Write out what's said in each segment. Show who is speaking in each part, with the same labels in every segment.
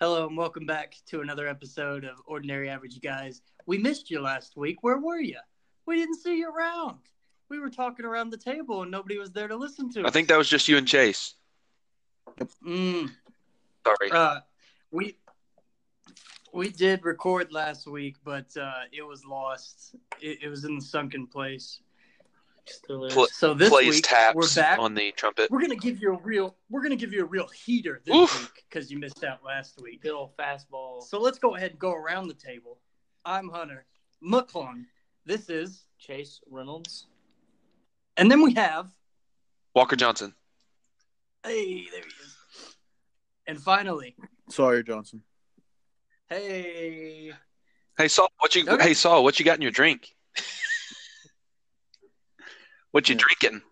Speaker 1: Hello and welcome back to another episode of Ordinary Average Guys. We missed you last week. Where were you? We didn't see you around. We were talking around the table and nobody was there to listen to.
Speaker 2: I
Speaker 1: us.
Speaker 2: think that was just you and Chase.
Speaker 1: Mm,
Speaker 2: Sorry.
Speaker 1: uh, we we did record last week, but uh, it was lost. It, it was in the sunken place. Still is.
Speaker 2: Pl-
Speaker 1: so this
Speaker 2: Plays
Speaker 1: week
Speaker 2: taps
Speaker 1: we're back.
Speaker 2: on the trumpet.
Speaker 1: we're gonna give you a real. We're gonna give you a real heater this
Speaker 2: Oof.
Speaker 1: week because you missed out last week.
Speaker 3: Good old fastball.
Speaker 1: So let's go ahead and go around the table. I'm Hunter McClung. This is,
Speaker 3: Chase Reynolds.
Speaker 1: and then we have.
Speaker 2: Walker Johnson.
Speaker 1: Hey, there he is. And finally,
Speaker 4: Sawyer Johnson.
Speaker 1: hey,
Speaker 2: Hey Saul, what you?
Speaker 1: Okay.
Speaker 2: Hey Saul, what you got in your drink? what you
Speaker 4: Yeah.
Speaker 2: drinking?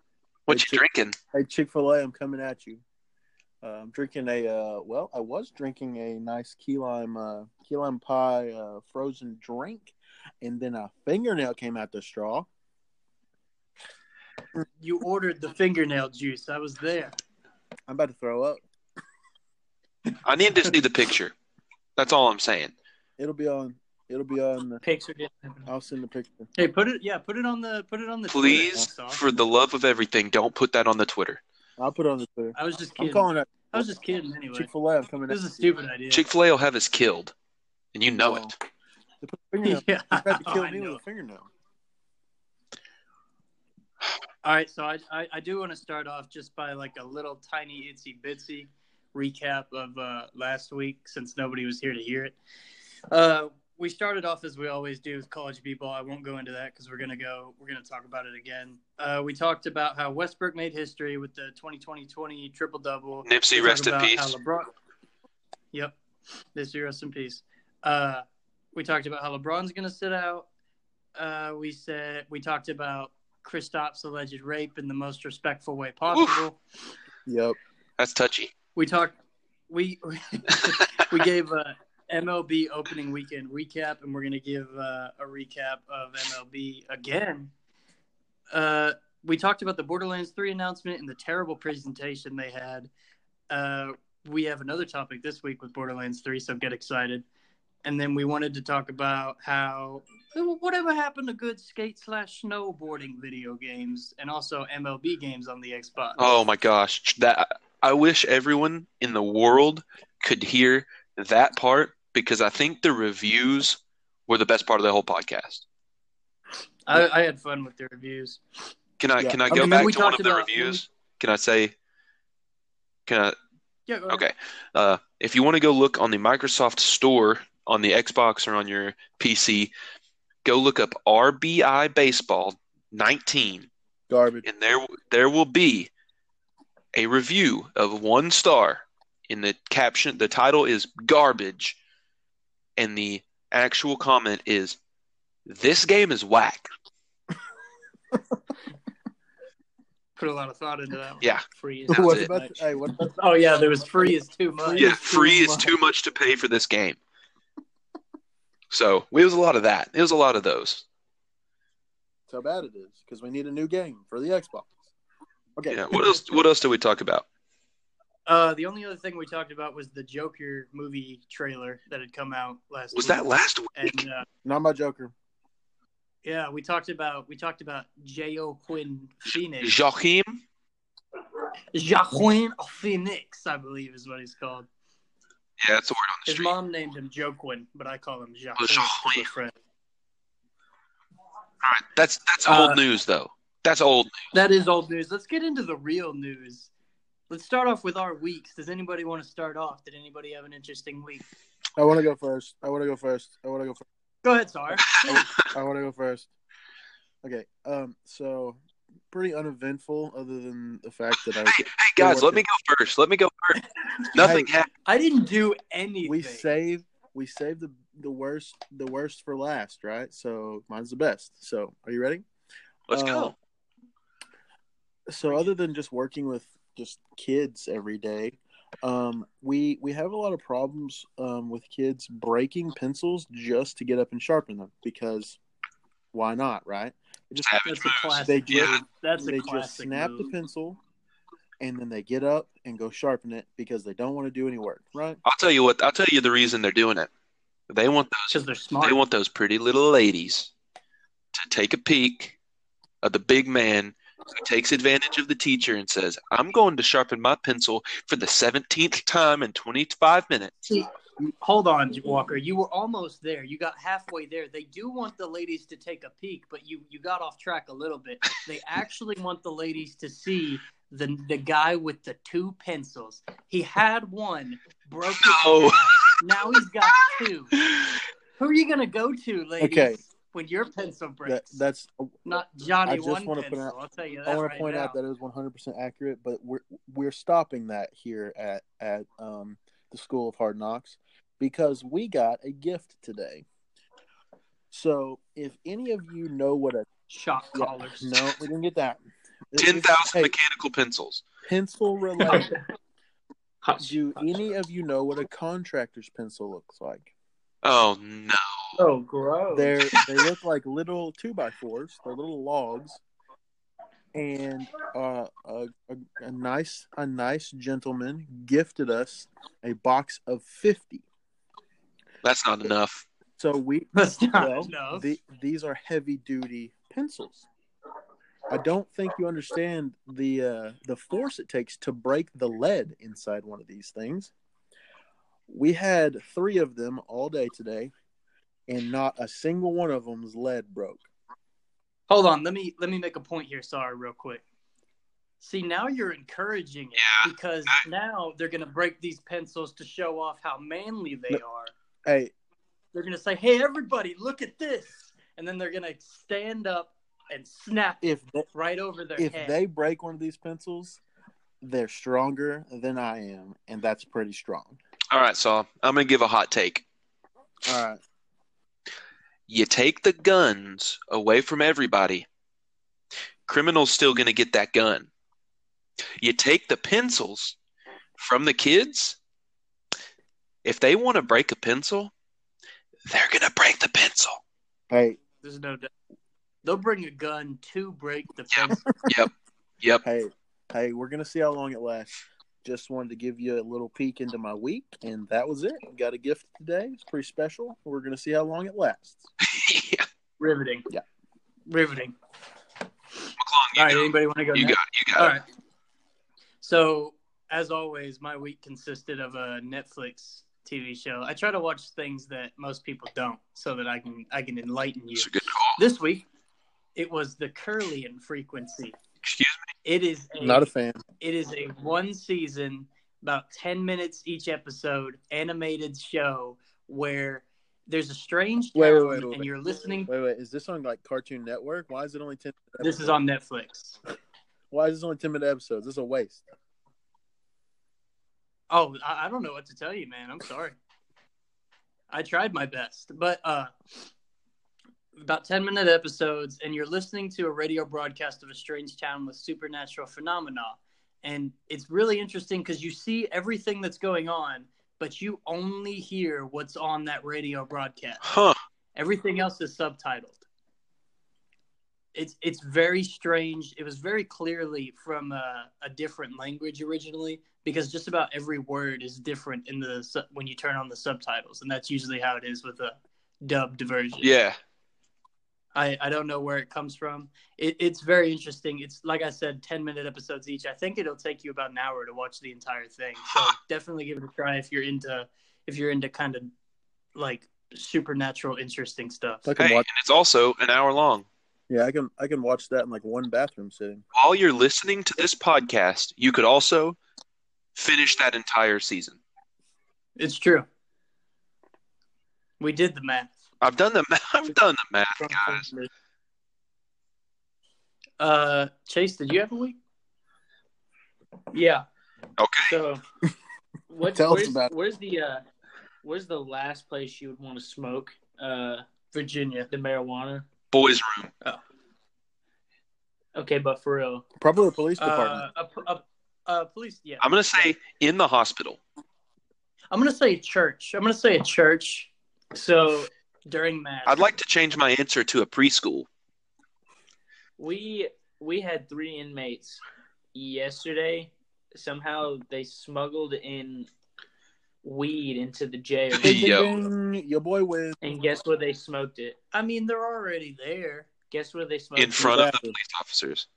Speaker 2: What
Speaker 4: Hey,
Speaker 2: you drinking?
Speaker 4: Hey, Chick Fil A, I'm coming at you. Uh, I'm drinking a uh, well, I was drinking a nice key lime uh, key lime pie uh, frozen drink, and then a fingernail came out the straw.
Speaker 1: you ordered the fingernail juice. I was there.
Speaker 4: I'm about to throw up.
Speaker 2: I need to see the picture. That's all I'm saying.
Speaker 4: It'll be on. It'll be on. The,
Speaker 3: Picks are didn't happen.
Speaker 4: I'll send the picture.
Speaker 1: Hey, put it. Yeah, put it on the. Put it on the. Twitter,
Speaker 2: Please,
Speaker 1: Saul.
Speaker 2: for the love of everything, don't put that on the Twitter.
Speaker 4: I'll put it on the Twitter.
Speaker 1: I was just
Speaker 4: I'm
Speaker 1: kidding.
Speaker 4: calling it
Speaker 1: I was just kidding. Anyway,
Speaker 4: Chick Fil A. I'm coming.
Speaker 1: this is a
Speaker 4: at you.
Speaker 1: stupid idea.
Speaker 2: Chick Fil A will have us killed, and you know
Speaker 4: Wow.
Speaker 2: it.
Speaker 4: They put a fingernail.
Speaker 1: yeah.
Speaker 4: They tried to kill
Speaker 1: I
Speaker 4: me with
Speaker 1: know.
Speaker 4: a fingernail.
Speaker 1: All right, so I, I, I do want to start off just by like a little tiny itsy bitsy recap of uh, last week since nobody was here to hear it. Uh, we started off as we always do with college b-ball. I won't go into that because we're gonna go we're gonna talk about it again. Uh, we talked about how Westbrook made history with the 2020-20 triple double.
Speaker 2: Nipsey, rest in peace.
Speaker 1: Yep. This year, rest in peace. Uh, we talked about how LeBron's going to sit out. Uh, we said we talked about Kristaps' alleged rape in the most respectful way possible.
Speaker 4: Yep.
Speaker 2: That's touchy.
Speaker 1: We talked. We we gave a MLB opening weekend recap, and we're going to give uh, a recap of MLB again. Uh, we talked about the Borderlands 3 announcement and the terrible presentation they had. Uh, we have another topic this week with Borderlands 3, so get excited. And then we wanted to talk about how whatever happened to good skate slash snowboarding video games and also MLB games on the Xbox.
Speaker 2: Oh my gosh, that I wish everyone in the world could hear that part because I think the reviews were the best part of the whole podcast.
Speaker 1: I, I had fun with the reviews.
Speaker 2: Can I
Speaker 4: Yeah.
Speaker 2: can I
Speaker 4: I
Speaker 2: go
Speaker 1: mean,
Speaker 2: back
Speaker 1: we
Speaker 2: to one
Speaker 1: talked
Speaker 2: of the
Speaker 1: about-
Speaker 2: reviews? Can I say can I
Speaker 1: Yeah, go ahead.
Speaker 2: Okay. Uh, if you want to go look on the Microsoft Store on the Xbox or on your PC, go look up RBI Baseball 19,
Speaker 4: Garbage.
Speaker 2: and there there will be a review of one star. In the caption, the title is garbage, and the actual comment is, "This game is whack."
Speaker 1: put a lot of thought into that. One.
Speaker 2: Yeah.
Speaker 1: free is
Speaker 2: That's
Speaker 4: What
Speaker 2: it.
Speaker 4: about? The, hey, what about?
Speaker 1: Oh yeah, there was free is too much.
Speaker 2: Yeah,
Speaker 4: Yeah,
Speaker 2: free
Speaker 4: free
Speaker 2: is
Speaker 4: month.
Speaker 2: too much to pay for this game. So it was a lot of that. It was a lot of those.
Speaker 4: That's how bad it is because we need a new game for the Xbox. Okay.
Speaker 2: Yeah. What else? What else did we talk about?
Speaker 1: Uh, the only other thing we talked about was the Joker movie trailer that had come out last.
Speaker 2: Was
Speaker 1: week.
Speaker 2: that last week?
Speaker 1: And uh,
Speaker 4: Not my Joker.
Speaker 1: yeah, we talked about we talked about Joaquin Phoenix.
Speaker 2: Joachim?
Speaker 1: Joaquin Phoenix, I believe, is what he's called.
Speaker 2: Yeah, that's the word on the
Speaker 1: His
Speaker 2: street. Oh,
Speaker 1: mom named him Joaquin, but I call him Joaquin.
Speaker 2: Joaquin.
Speaker 1: for friend.
Speaker 2: All right, that's that's
Speaker 1: Uh,
Speaker 2: old news though. That's old.
Speaker 1: That is old news. Let's get into the real news. Let's start off with our weeks. Does anybody want to start off? Did anybody have an interesting week?
Speaker 4: I want to go first. I want to go first. I want to go first.
Speaker 1: Go ahead, Sar.
Speaker 4: I want to go first. Okay. Um. So, pretty uneventful, other than the fact that I
Speaker 2: Hey, hey guys,
Speaker 4: what
Speaker 2: let
Speaker 4: the-
Speaker 2: me go first. Let me go first. Nothing happened.
Speaker 1: I didn't do anything.
Speaker 4: we save we save the the worst the worst for last, right? So mine's the best. So are you ready?
Speaker 2: Let's
Speaker 4: uh,
Speaker 2: go.
Speaker 4: so other than just working with just kids every day um we we have a lot of problems um with kids breaking pencils just to get up and sharpen them because why not right They just
Speaker 2: Savage
Speaker 1: That's a
Speaker 2: moves.
Speaker 1: classic.
Speaker 4: they
Speaker 1: move.
Speaker 4: just
Speaker 1: That's a
Speaker 4: they
Speaker 1: classic.
Speaker 4: just snap
Speaker 1: move.
Speaker 4: the pencil and then they get up and go sharpen it because they don't want to do any work, right?
Speaker 2: I'll tell you what. I'll tell you the reason they're doing it. They want
Speaker 1: because they're
Speaker 2: they
Speaker 1: smart.
Speaker 2: want those pretty little ladies to take a peek at the big man who takes advantage of the teacher and says, "I'm going to sharpen my pencil for the seventeenth time in twenty-five minutes."
Speaker 1: Hold on, Walker. You were almost there. You got halfway there. They do want the ladies to take a peek, but you you got off track a little bit. They actually want the ladies to see the the guy with the two pencils. He had one, broke it. in
Speaker 2: No.
Speaker 1: half. Now he's got two. Who are you gonna go to, ladies?
Speaker 4: Okay.
Speaker 1: When your pencil
Speaker 4: That,
Speaker 1: breaks,
Speaker 4: that's
Speaker 1: not Johnny.
Speaker 4: I just
Speaker 1: one
Speaker 4: wanna
Speaker 1: pencil.
Speaker 4: point out-
Speaker 1: I'll tell you that
Speaker 4: I want
Speaker 1: right
Speaker 4: to point
Speaker 1: now.
Speaker 4: out that it is 100 percent accurate, but we're we're stopping that here at at um, the School of Hard Knocks because we got a gift today. So if any of you know what a
Speaker 1: shock
Speaker 4: yeah,
Speaker 1: collars.
Speaker 4: no, we didn't get that. This is-
Speaker 2: Ten thousand
Speaker 4: hey,
Speaker 2: mechanical pencils.
Speaker 4: pencil related.
Speaker 3: Hot
Speaker 4: Do any of you know what a contractor's pencil looks like?
Speaker 2: Oh no!
Speaker 1: Oh, gross.
Speaker 4: They are they look like little two by fours. They're little logs, and uh, a, a, a nice a nice gentleman gifted us a box of fifty.
Speaker 2: That's not enough.
Speaker 4: So we
Speaker 1: That's not
Speaker 4: well,
Speaker 1: enough.
Speaker 4: the, these are heavy duty pencils. I don't think you understand the uh, the force it takes to break the lead inside one of these things. We had three of them all day today, and not a single one of them's lead broke.
Speaker 1: Hold on, let me let me make a point here. Sorry, real quick. See, now you're encouraging it
Speaker 2: Yeah.
Speaker 1: because now they're gonna break these pencils to show off how manly they are.
Speaker 4: Hey,
Speaker 1: They're gonna say, "Hey, everybody, look at this," and then they're gonna stand up and snap it
Speaker 4: if they,
Speaker 1: right over their
Speaker 4: if
Speaker 1: head.
Speaker 4: they break one of these pencils, they're stronger than I am, and that's pretty strong.
Speaker 2: All right, Saul. I'm gonna give a hot take.
Speaker 4: All right,
Speaker 2: You take the guns away from everybody, criminals still going to get that gun. You take the pencils from the kids, if they want to break a pencil, they're going to break the pencil.
Speaker 4: hey,
Speaker 1: There's no doubt. They'll bring a gun to break the pencil.
Speaker 2: Yep.
Speaker 4: hey, hey, we're gonna see how long it lasts. Just wanted to give you a little peek into my week, and that was it. Got a gift today. It's pretty special. We're gonna see how long it lasts.
Speaker 2: yeah.
Speaker 1: Riveting.
Speaker 4: Yeah.
Speaker 1: Riveting.
Speaker 2: McClung, you,
Speaker 1: All right.
Speaker 2: go.
Speaker 1: Anybody want to go?
Speaker 2: you
Speaker 1: next?
Speaker 2: got it. You got
Speaker 1: All
Speaker 2: it.
Speaker 1: right. So, as always, my week consisted of a Netflix TV show. I try to watch things that most people don't, so that I can I can enlighten you.
Speaker 2: It's a good call.
Speaker 1: This week, it was the Curlian Frequency.
Speaker 2: Excuse
Speaker 1: It is a,
Speaker 4: Not a fan.
Speaker 1: it is a one season, about ten minutes each episode, animated show where there's a strange town
Speaker 4: Wait, wait, wait, wait,
Speaker 1: and
Speaker 4: wait.
Speaker 1: you're listening.
Speaker 4: Wait, wait, is this on like Cartoon Network? Why is it only ten?
Speaker 1: This
Speaker 4: episodes?
Speaker 1: is on Netflix.
Speaker 4: Why is this only ten minute episodes? This is a waste.
Speaker 1: Oh, I, I don't know what to tell you, man. I'm sorry. I tried my best, but uh, about 10 minute episodes, and you're listening to a radio broadcast of a strange town with supernatural phenomena. And it's really interesting because you see everything that's going on, but you only hear what's on that radio broadcast.
Speaker 2: Huh.
Speaker 1: Everything else is subtitled. It's it's very strange. It was very clearly from a, a different language originally because just about every word is different in the su- when you turn on the subtitles, and that's usually how it is with a dubbed version.
Speaker 2: Yeah.
Speaker 1: I, I don't know where it comes from. It, it's very interesting. It's like I said, ten minute episodes each. I think it'll take you about an hour to watch the entire thing. So definitely give it a try if you're into if you're into kind of like supernatural interesting stuff.
Speaker 4: I can
Speaker 2: Hey, and
Speaker 4: watch.
Speaker 2: it's also an hour long.
Speaker 4: Yeah, I can. I can watch that in like one bathroom sitting.
Speaker 2: While you're listening to this podcast, you could also finish that entire season.
Speaker 1: It's true. We did the math.
Speaker 2: I've done the math. I've done the math, guys.
Speaker 1: Uh, Chase, did you have a week? Yeah.
Speaker 2: Okay.
Speaker 3: So, what,
Speaker 4: Tell us
Speaker 3: where's,
Speaker 4: about it.
Speaker 3: where's the uh, where's the last place you would want to smoke uh,
Speaker 1: Virginia.
Speaker 3: the marijuana?
Speaker 2: Boys room.
Speaker 3: Okay, but for real,
Speaker 4: Probably the police department.
Speaker 1: Uh, a, a, a police. Yeah.
Speaker 2: I'm going to say in the hospital.
Speaker 1: I'm gonna say church. I'm gonna say a church. So during mass,
Speaker 2: I'd like to change my answer to a preschool.
Speaker 3: we we had three inmates yesterday somehow they smuggled in weed into the jail.
Speaker 2: Hey, yo.
Speaker 4: Ding, Your boy wins.
Speaker 3: and guess where they smoked it?
Speaker 1: I mean, they're already there.
Speaker 3: Guess where they smoked
Speaker 2: in
Speaker 3: it?
Speaker 2: front of the
Speaker 4: Oh, Exactly.
Speaker 2: police officers.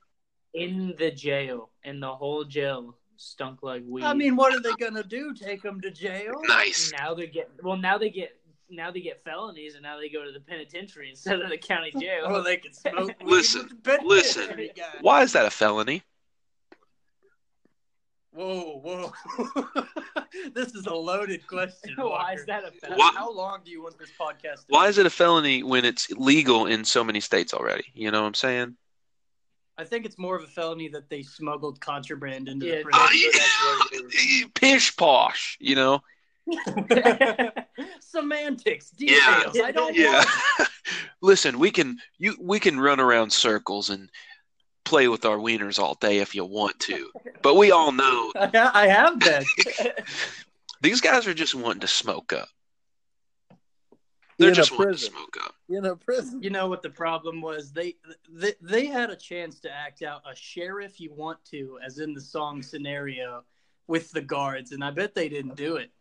Speaker 3: In the jail. And the whole jail stunk like weed.
Speaker 1: I mean, what are they gonna do? Take them to jail?
Speaker 2: Nice.
Speaker 3: now they get well now they get now they get felonies and now they go to the penitentiary instead of the county jail.
Speaker 1: Well, Oh, they can smoke. weed
Speaker 2: Listen,
Speaker 1: with the
Speaker 2: listen.
Speaker 1: penitentiary guy.
Speaker 2: Why is that a felony?
Speaker 1: Whoa, whoa! this is a loaded question.
Speaker 3: Why
Speaker 1: Walker.
Speaker 3: is that a felony?
Speaker 2: Why-
Speaker 1: How long do you want this podcast? To
Speaker 2: Why is
Speaker 1: be?
Speaker 2: it a felony when it's legal in so many states already? You know what I'm saying?
Speaker 1: I think it's more of a felony that they smuggled contraband into
Speaker 3: Yeah,
Speaker 1: the
Speaker 3: Oh,
Speaker 1: prison.
Speaker 2: Pish posh, you know?
Speaker 1: Semantics, details.
Speaker 3: Oh, Yeah.
Speaker 1: I don't.
Speaker 3: Yeah.
Speaker 1: know.
Speaker 2: Listen, we can you we can run around circles and play with our wieners all day if you want to. But we all know
Speaker 1: I ha- I have that.
Speaker 2: these guys are just wanting to smoke up. They're
Speaker 4: in
Speaker 2: just
Speaker 4: a
Speaker 2: wanting to
Speaker 4: prison.
Speaker 2: smoke up.
Speaker 4: In a prison.
Speaker 1: you know what the problem was? They, they they had a chance to act out a sheriff you want to, as in the song scenario, with the guards, and I bet they didn't do it.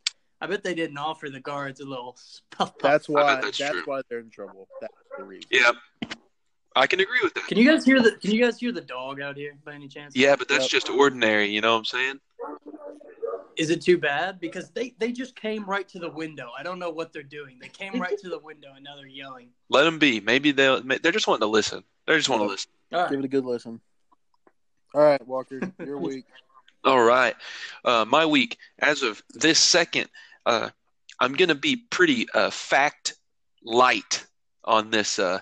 Speaker 1: I bet they didn't offer the guards a little puff puff.
Speaker 4: That's
Speaker 2: I
Speaker 4: why.
Speaker 2: bet that's
Speaker 4: That's,
Speaker 2: true.
Speaker 4: why they're in trouble. That's the reason.
Speaker 2: Yeah. I can agree with that.
Speaker 1: Can you guys hear the Can you guys hear the dog out here by any chance?
Speaker 2: Yeah, but that's
Speaker 4: Yep.
Speaker 2: just ordinary, you know what I'm saying?
Speaker 1: Is it too bad? Because they they just came right to the window. I don't know what they're doing. They came right to the window and now they're yelling.
Speaker 2: Let them be. Maybe they'll. ma- They're just wanting to listen. They just want to listen.
Speaker 1: All right.
Speaker 4: Give it a good listen. All right, Walker, you're weak.
Speaker 2: All right. Uh, my week, as of this second, uh, I'm gonna be pretty uh, fact light on this. Uh,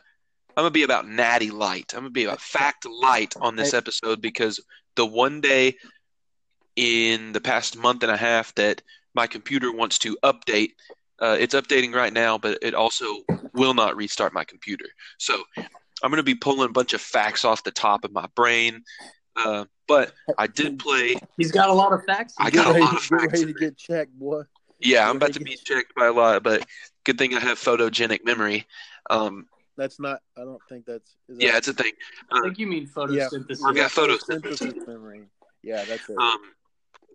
Speaker 2: I'm gonna be about natty light. I'm gonna be about fact light on this episode because the one day in the past month and a half that my computer wants to update. Uh, it's updating right now, but it also will not restart my computer. So I'm going to be pulling a bunch of facts off the top of my brain. Uh, but I did play.
Speaker 1: He's got a lot of facts.
Speaker 2: I
Speaker 4: Get
Speaker 2: got a
Speaker 4: ready-
Speaker 2: lot of
Speaker 4: get
Speaker 2: facts
Speaker 4: ready
Speaker 2: in
Speaker 4: to get checked, boy.
Speaker 2: Yeah, I'm about to be checked by a lot, but good thing I have photogenic memory. Um,
Speaker 4: That's not. I don't think that's. Is that,
Speaker 2: yeah, it's a thing.
Speaker 1: I think you mean photosynthesis.
Speaker 2: I've got photos.
Speaker 4: Photosynthesis memory. Yeah, that's it.
Speaker 2: Um,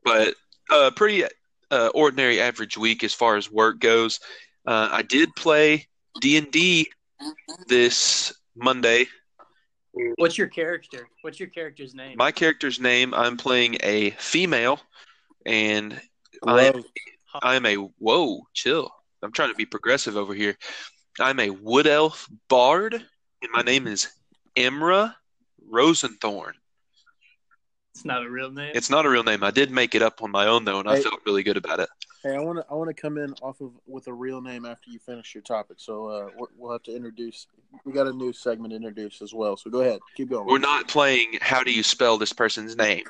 Speaker 2: but uh, pretty uh, ordinary average week as far as work goes. Uh, I did play D and D this Monday.
Speaker 1: What's your character? What's your character's name?
Speaker 2: My character's name. I'm playing a female, and I
Speaker 4: Love.
Speaker 2: I'm a whoa chill. I'm trying to be progressive over here. I'm a wood elf bard, and my name is Emra Rosenthorn.
Speaker 1: it's not a real name.
Speaker 2: It's not a real name. I did make it up on my own though, and I
Speaker 4: Hey.
Speaker 2: felt really good about it.
Speaker 4: Hey, I want to. I want to come in off of with a real name after you finish your topic. So uh, we'll- we'll have to introduce. We got a new segment to introduce as well. So go ahead. Keep going.
Speaker 2: We're not playing how do you spell this person's name.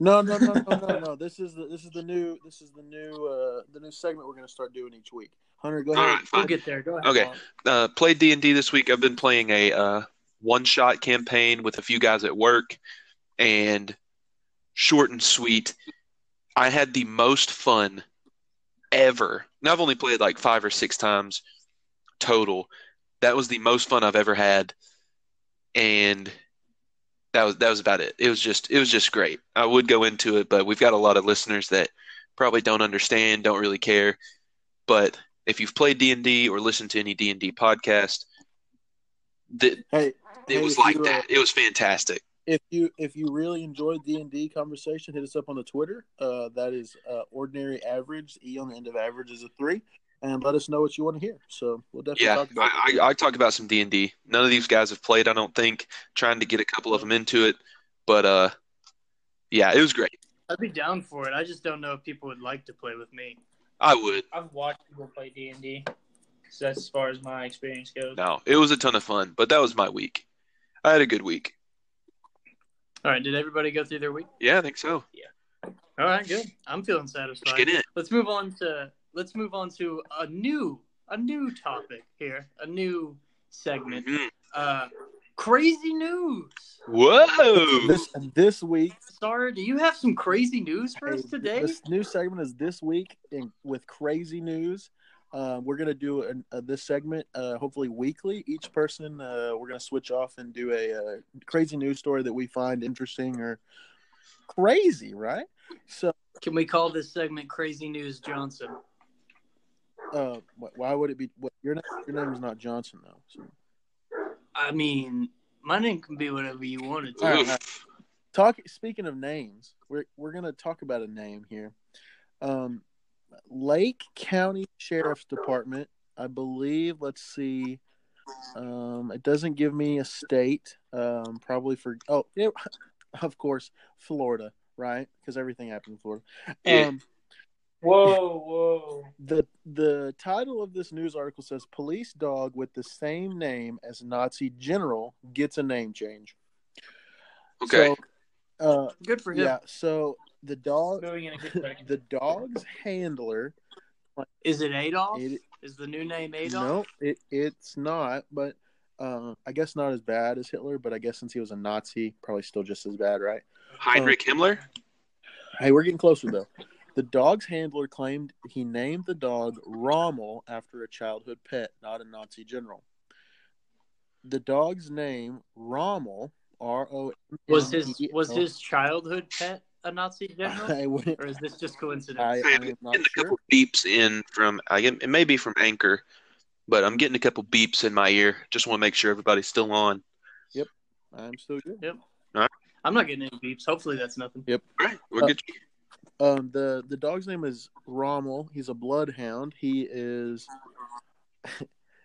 Speaker 4: No, no, no, no, no, no. This is the this is the new this is the new uh the new segment we're gonna start doing each week. Hunter, go
Speaker 2: All
Speaker 4: ahead.
Speaker 2: right,
Speaker 1: we'll
Speaker 2: fine.
Speaker 1: get there. Go ahead.
Speaker 2: Okay.
Speaker 1: Paul.
Speaker 2: Uh, played D and D this week. I've been playing a uh, one-shot campaign with a few guys at work, and short and sweet. I had the most fun ever. And I've only played like five or six times total. That was the most fun I've ever had, and that was that was about it. It was just it was just great. I would go into it, but we've got a lot of listeners that probably don't understand, don't really care. But if you've played D and D or listened to any D and D podcast, th-
Speaker 4: Hey,
Speaker 2: it
Speaker 4: hey,
Speaker 2: was
Speaker 4: if you,
Speaker 2: like
Speaker 4: uh,
Speaker 2: that. It was fantastic.
Speaker 4: if you if you really enjoyed D and D conversation, hit us up on the Twitter. Uh, that is uh, ordinary average. E on the end of average is a three, and let us know what you want to hear. So we'll definitely
Speaker 2: Yeah,
Speaker 4: talk about it.
Speaker 2: I, I, I talk about some D and D. None of these guys have played. I don't think. Trying to get a couple of them into it, but uh, yeah, it was great.
Speaker 1: I'd be down for it. I just don't know if people would like to play with me.
Speaker 2: I would.
Speaker 3: I've watched people play D and D. So that's as far as my experience goes.
Speaker 2: No, it was a ton of fun. But that was my week. I had a good week.
Speaker 1: All right. Did everybody go through their week?
Speaker 2: Yeah, I think so.
Speaker 1: All right. Good. I'm feeling satisfied.
Speaker 2: Let's get in.
Speaker 1: let's move on to let's move on to a new a new topic here a new segment
Speaker 2: Mhm.
Speaker 1: uh crazy news
Speaker 2: Whoa!
Speaker 4: This this week
Speaker 1: Star, do you have some crazy news for us
Speaker 4: Hey,
Speaker 1: today
Speaker 4: This new segment is this week in, with crazy news. Uh, we're gonna do an, uh, this segment uh, hopefully weekly. Each person uh, we're gonna switch off and do a uh, crazy news story that we find interesting or crazy, right? So,
Speaker 1: Can we call this segment "Crazy News Johnson"?
Speaker 4: uh, wh- why would it be? What, your name, your name is not Johnson though. So.
Speaker 1: I mean, my name can be whatever you want it to.
Speaker 4: All
Speaker 1: be.
Speaker 4: right.
Speaker 2: Oof.
Speaker 4: Talk. Speaking of names, we're we're gonna talk about a name here. Um, Lake County Sheriff's Department, I believe. Let's see. Um, it doesn't give me a state. Um, probably for oh, yeah, of course, Florida, right? Because everything happened in Florida.
Speaker 2: Yeah.
Speaker 4: Um,
Speaker 3: Whoa, whoa.
Speaker 4: the the title of this news article says police dog with the same name as Nazi general gets a name change.
Speaker 2: Okay.
Speaker 4: So, uh,
Speaker 1: Good for him.
Speaker 4: yeah. So the dog,
Speaker 3: Moving in a good direction.
Speaker 4: the dog's handler.
Speaker 1: Is it Adolf?
Speaker 4: It-
Speaker 1: Is the new name Adolf?
Speaker 4: No, it it's not. But uh, I guess not as bad as Hitler. But I guess since he was a Nazi, probably still just as bad, right?
Speaker 2: Heinrich
Speaker 4: uh,
Speaker 2: Himmler.
Speaker 4: Hey, we're getting closer though. The dog's handler claimed he named the dog Rommel after a childhood pet, not a Nazi general. The dog's name Rommel R O M M E L.
Speaker 1: Was his was his childhood pet a Nazi general,
Speaker 4: I wouldn't.
Speaker 1: or is this just
Speaker 4: I,
Speaker 1: coincidence?
Speaker 4: I am not
Speaker 2: getting a
Speaker 4: sure.
Speaker 2: couple beeps in from. I get, it may be from Anchor, but I'm getting a couple beeps in my ear. Just want to make sure everybody's still on.
Speaker 4: I'm still good.
Speaker 1: I'm not getting any beeps. Hopefully, that's nothing.
Speaker 2: All right, we're
Speaker 4: Uh,
Speaker 2: good.
Speaker 4: Um, the the dog's name is Rommel. He's a bloodhound. He is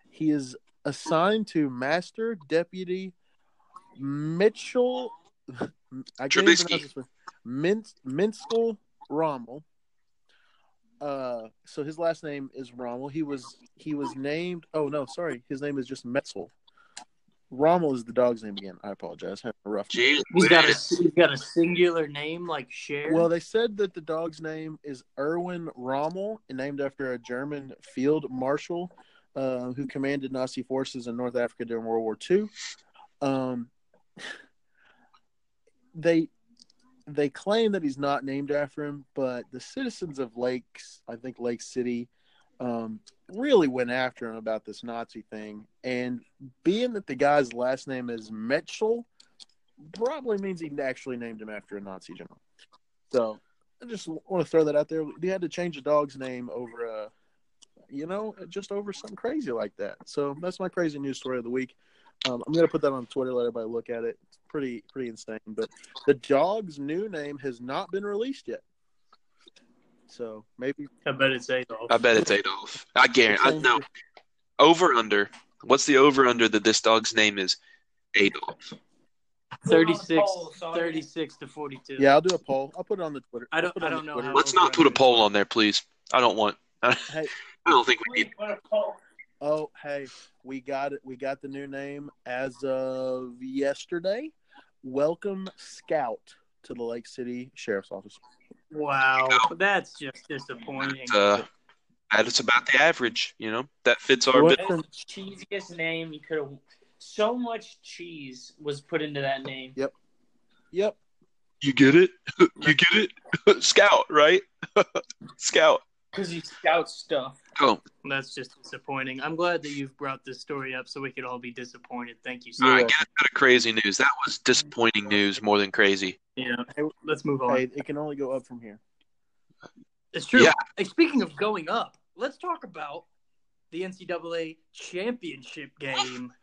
Speaker 4: he is assigned to Master Deputy Mitchell. I can't even
Speaker 2: Trubisky.
Speaker 4: pronounce this word. Min, Minskell Rommel. Uh, so his last name is Rommel. He was he was named. Oh no, sorry, his name is just Metzel. Rommel is the dog's name again. I apologize. I had a rough.
Speaker 2: Jeez,
Speaker 1: He's got a he's got a singular name like Cher.
Speaker 4: Well, they said that the dog's name is Erwin Rommel, named after a German field marshal uh, who commanded Nazi forces in North Africa during World War II. Um, they they claim that he's not named after him, but the citizens of Lakes, I think Lake City, um, really went after him about this Nazi thing. And being that the guy's last name is Mitchell, probably means he actually named him after a Nazi general. So I just want to throw that out there. They had to change the dog's name over, uh, you know, just over something crazy like that. So that's my crazy news story of the week. Um, I'm gonna put that on Twitter. Let everybody look at it. It's pretty pretty insane. But the dog's new name has not been released yet. So maybe
Speaker 1: I bet it's Adolf.
Speaker 2: I bet it's Adolf. I guarantee. I,
Speaker 4: Same
Speaker 2: no,
Speaker 4: here.
Speaker 2: over under. What's the over under that this dog's name is Adolf?
Speaker 1: 36,
Speaker 3: Poll, sorry.
Speaker 1: 36 to forty two.
Speaker 4: yeah, I'll do a poll. I'll put it on the Twitter.
Speaker 1: I don't-
Speaker 4: I'll put it
Speaker 1: I
Speaker 4: on
Speaker 1: don't
Speaker 4: the
Speaker 1: know
Speaker 4: Twitter.
Speaker 2: Let's not put a poll on there, please. I don't want. I,
Speaker 4: Hey.
Speaker 2: I don't think we
Speaker 3: Wait,
Speaker 2: need.
Speaker 3: what a poll.
Speaker 4: Oh, hey, we got it. We got the new name as of yesterday. Welcome Scout to the Lake City Sheriff's Office.
Speaker 1: Wow, that's just disappointing.
Speaker 2: Uh, that's about the average. You know that fits our.
Speaker 4: What?
Speaker 2: bit.
Speaker 3: That's the cheesiest name you could have. So much cheese was put into that name.
Speaker 4: Yep.
Speaker 2: You get it. you get it. Scout, right? Scout.
Speaker 3: Because you scout stuff.
Speaker 2: Oh,
Speaker 1: That's just disappointing. I'm glad that you've brought this story up so we could all be disappointed. Thank you so
Speaker 2: all
Speaker 4: Yeah.
Speaker 2: right. Get us out of crazy news. That was disappointing news more than crazy.
Speaker 1: Yeah, let's move on.
Speaker 4: Hey, it can only go up from here.
Speaker 1: It's true.
Speaker 2: Yeah.
Speaker 1: And speaking of going up, let's talk about the NCAA championship game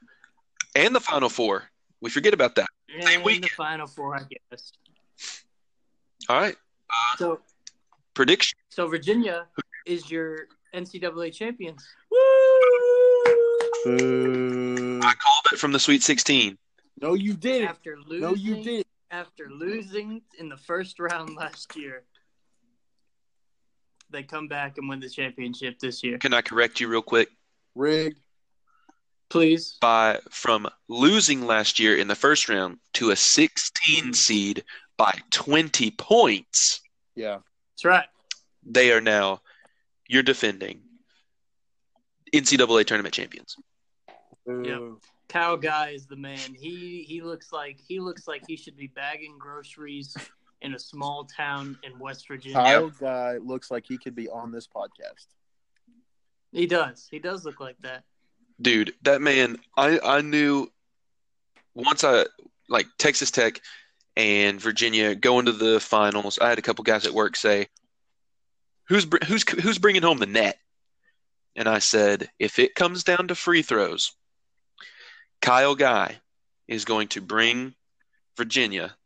Speaker 2: And the Final Four. We forget about that.
Speaker 1: and the
Speaker 2: weekend.
Speaker 1: Final Four, I guess.
Speaker 2: All right.
Speaker 1: So,
Speaker 2: Prediction.
Speaker 1: so Virginia is your NCAA champions.
Speaker 2: I called it from the Sweet 16.
Speaker 4: No, you didn't.
Speaker 1: After losing,
Speaker 4: No, you did.
Speaker 1: After losing in the first round last year, they come back and win the championship this year.
Speaker 2: Can I correct you real quick?
Speaker 4: Rigged.
Speaker 1: Please.
Speaker 2: By from losing last year in the first round to a 16 seed by 20 points,
Speaker 4: Yeah.
Speaker 1: That's right.
Speaker 2: they are now you're defending NCAA tournament champions.
Speaker 4: Boo.
Speaker 1: Kyle Guy is the man. He he looks like he looks like he should be bagging groceries in a small town in West Virginia.
Speaker 4: Kyle guy looks like he could be on this podcast.
Speaker 1: He does. He does look like that.
Speaker 2: Dude, that man, I, I knew once I like Texas Tech and Virginia go into the finals. I had a couple guys at work say, "Who's br- who's who's bringing home the net?" And I said, "If it comes down to free throws, Kyle Guy is going to bring Virginia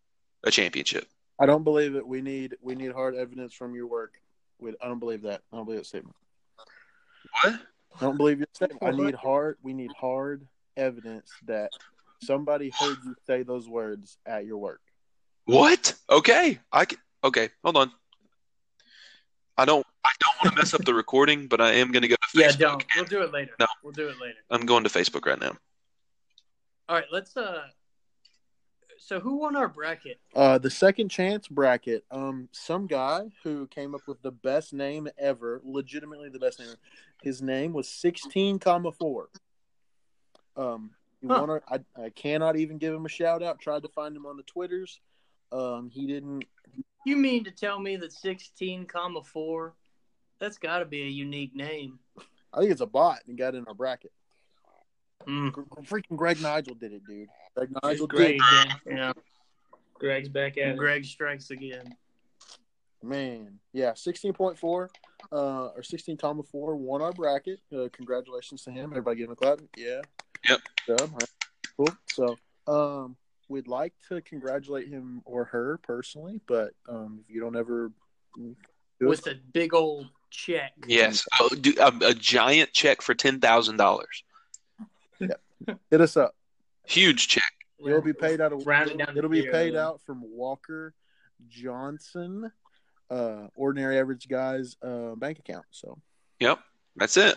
Speaker 2: a championship."
Speaker 4: I don't believe it. We need we need hard evidence from your work. We, I don't believe that. I don't believe that statement.
Speaker 2: What?
Speaker 4: I don't believe your statement. I need hard. We need hard evidence that somebody heard you say those words at your work.
Speaker 2: What? Okay. I c- okay. Hold on. I don't. I don't want to mess up the recording, but I am going to go to
Speaker 1: Yeah,
Speaker 2: Facebook.
Speaker 1: don't. We'll do it later.
Speaker 2: No.
Speaker 1: We'll do it later.
Speaker 2: I'm going to Facebook right now.
Speaker 1: All right, let's. uh So who won our bracket?
Speaker 4: Uh, the second chance bracket. Um, some guy who came up with the best name ever, legitimately the best name. ever. His name was sixteen comma four. Um, you
Speaker 1: Huh.
Speaker 4: wanna, I, I cannot even give him a shout out. Tried to find him on the twitters. Um, he didn't.
Speaker 1: You mean to tell me that sixteen comma four? That's got to be a unique name.
Speaker 4: I think it's a bot and got in our bracket.
Speaker 1: Mm.
Speaker 4: Gr- gr- Freaking Greg Nigel did it, dude. Greg Nigel
Speaker 3: Greg
Speaker 4: did.
Speaker 3: again.
Speaker 1: Yeah,
Speaker 3: Greg's back at
Speaker 1: and
Speaker 3: it.
Speaker 1: Greg strikes again.
Speaker 4: it. Man, yeah, sixteen point four, uh, or sixteen comma four won our bracket. Uh, congratulations to him. Everybody give him a clap. Yeah.
Speaker 2: Yep.
Speaker 4: So, all right. Cool. So, um, we'd like to congratulate him or her personally, but um, if you don't ever, Good.
Speaker 1: With a big old check.
Speaker 2: Yes, oh, do, a, a giant check for ten thousand dollars.
Speaker 4: hit us up.
Speaker 2: Huge check.
Speaker 4: It'll be paid out of
Speaker 3: Round it down to
Speaker 4: It'll be
Speaker 3: zero,
Speaker 4: paid
Speaker 3: yeah.
Speaker 4: out from Walker Johnson, uh, ordinary average guy's uh, bank account. So.
Speaker 2: Yep, that's it.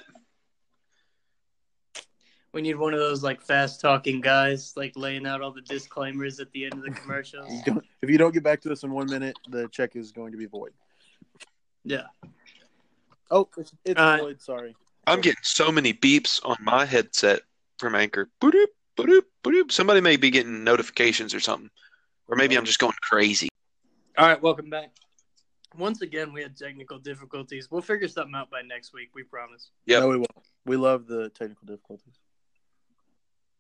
Speaker 1: We need one of those like fast talking guys, like laying out all the disclaimers at the end of the commercials.
Speaker 4: You don't- if you don't get back to us in one minute, the check is going to be void.
Speaker 1: Yeah.
Speaker 4: Oh, it's, it's
Speaker 1: Uh,
Speaker 4: void. Sorry.
Speaker 2: I'm getting so many beeps on my headset from Anchor. Boop, boop, boop. Somebody may be getting notifications or something, or maybe I'm just going crazy.
Speaker 1: All right, welcome back. Once again, we had technical difficulties. We'll figure something out by next week. We promise.
Speaker 2: Yep.
Speaker 4: No, we won't. We love the technical difficulties.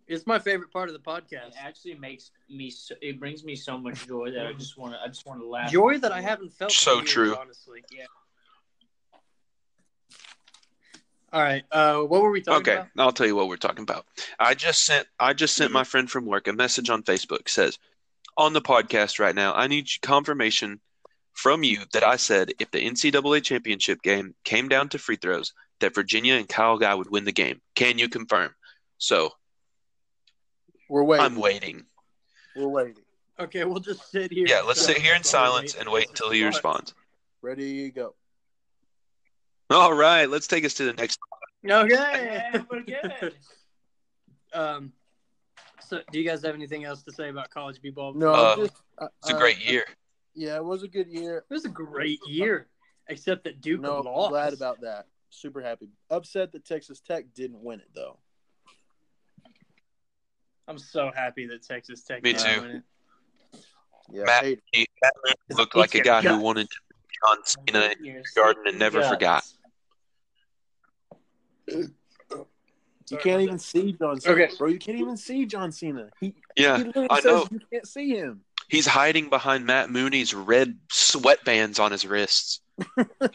Speaker 1: It's my favorite part of the
Speaker 3: It
Speaker 1: podcast.
Speaker 3: actually makes me. So, it brings me so much joy that I just want to. I just want to laugh.
Speaker 1: Joy that I haven't felt. in
Speaker 2: So
Speaker 1: years,
Speaker 2: true.
Speaker 1: Honestly, yeah. All right. Uh, what were we talking
Speaker 2: Okay,
Speaker 1: about?
Speaker 2: I'll tell you what we're talking about. I just sent I just sent my friend from work a message on Facebook says, "On the podcast right now, I need confirmation from you that I said if the NCAA championship game came down to free throws, that Virginia and Kyle Guy would win the game. Can you confirm?" So
Speaker 4: We're waiting.
Speaker 2: I'm waiting.
Speaker 4: We're waiting.
Speaker 1: Okay, we'll just sit here.
Speaker 2: Yeah,
Speaker 1: in
Speaker 2: let's sit
Speaker 1: silence
Speaker 2: here
Speaker 1: while
Speaker 2: in
Speaker 1: we
Speaker 2: silence and wait until he responds.
Speaker 4: Ready you go.
Speaker 2: All right, let's take us to the next.
Speaker 1: Okay.
Speaker 3: Yeah, we're good.
Speaker 1: um, so, do you guys have anything else to say about college b-ball?
Speaker 4: No,
Speaker 2: Uh,
Speaker 4: I'm just, uh,
Speaker 2: It's a
Speaker 4: uh,
Speaker 2: great year.
Speaker 4: Yeah, it was a good year.
Speaker 1: It was a great year, except that Duke
Speaker 4: No,
Speaker 1: lost.
Speaker 4: glad about that. Super happy. Upset that Texas Tech didn't win it though.
Speaker 1: I'm so happy that Texas Tech.
Speaker 2: Me
Speaker 1: didn't
Speaker 2: too.
Speaker 1: win it.
Speaker 4: Yeah.
Speaker 2: Matt-
Speaker 4: hate it.
Speaker 2: He that man looked like a guy who wanted to be John Cena in the garden and never
Speaker 3: Guts.
Speaker 2: forgot.
Speaker 4: you
Speaker 1: Sorry
Speaker 4: can't
Speaker 1: about
Speaker 4: even
Speaker 1: that.
Speaker 4: see John. Cena,
Speaker 1: Okay.
Speaker 4: bro, you can't even see John Cena. He,
Speaker 2: Yeah,
Speaker 4: he literally
Speaker 2: I
Speaker 4: says
Speaker 2: know.
Speaker 4: you can't see him.
Speaker 2: He's hiding behind Matt Mooney's red sweatbands on his wrists.
Speaker 3: What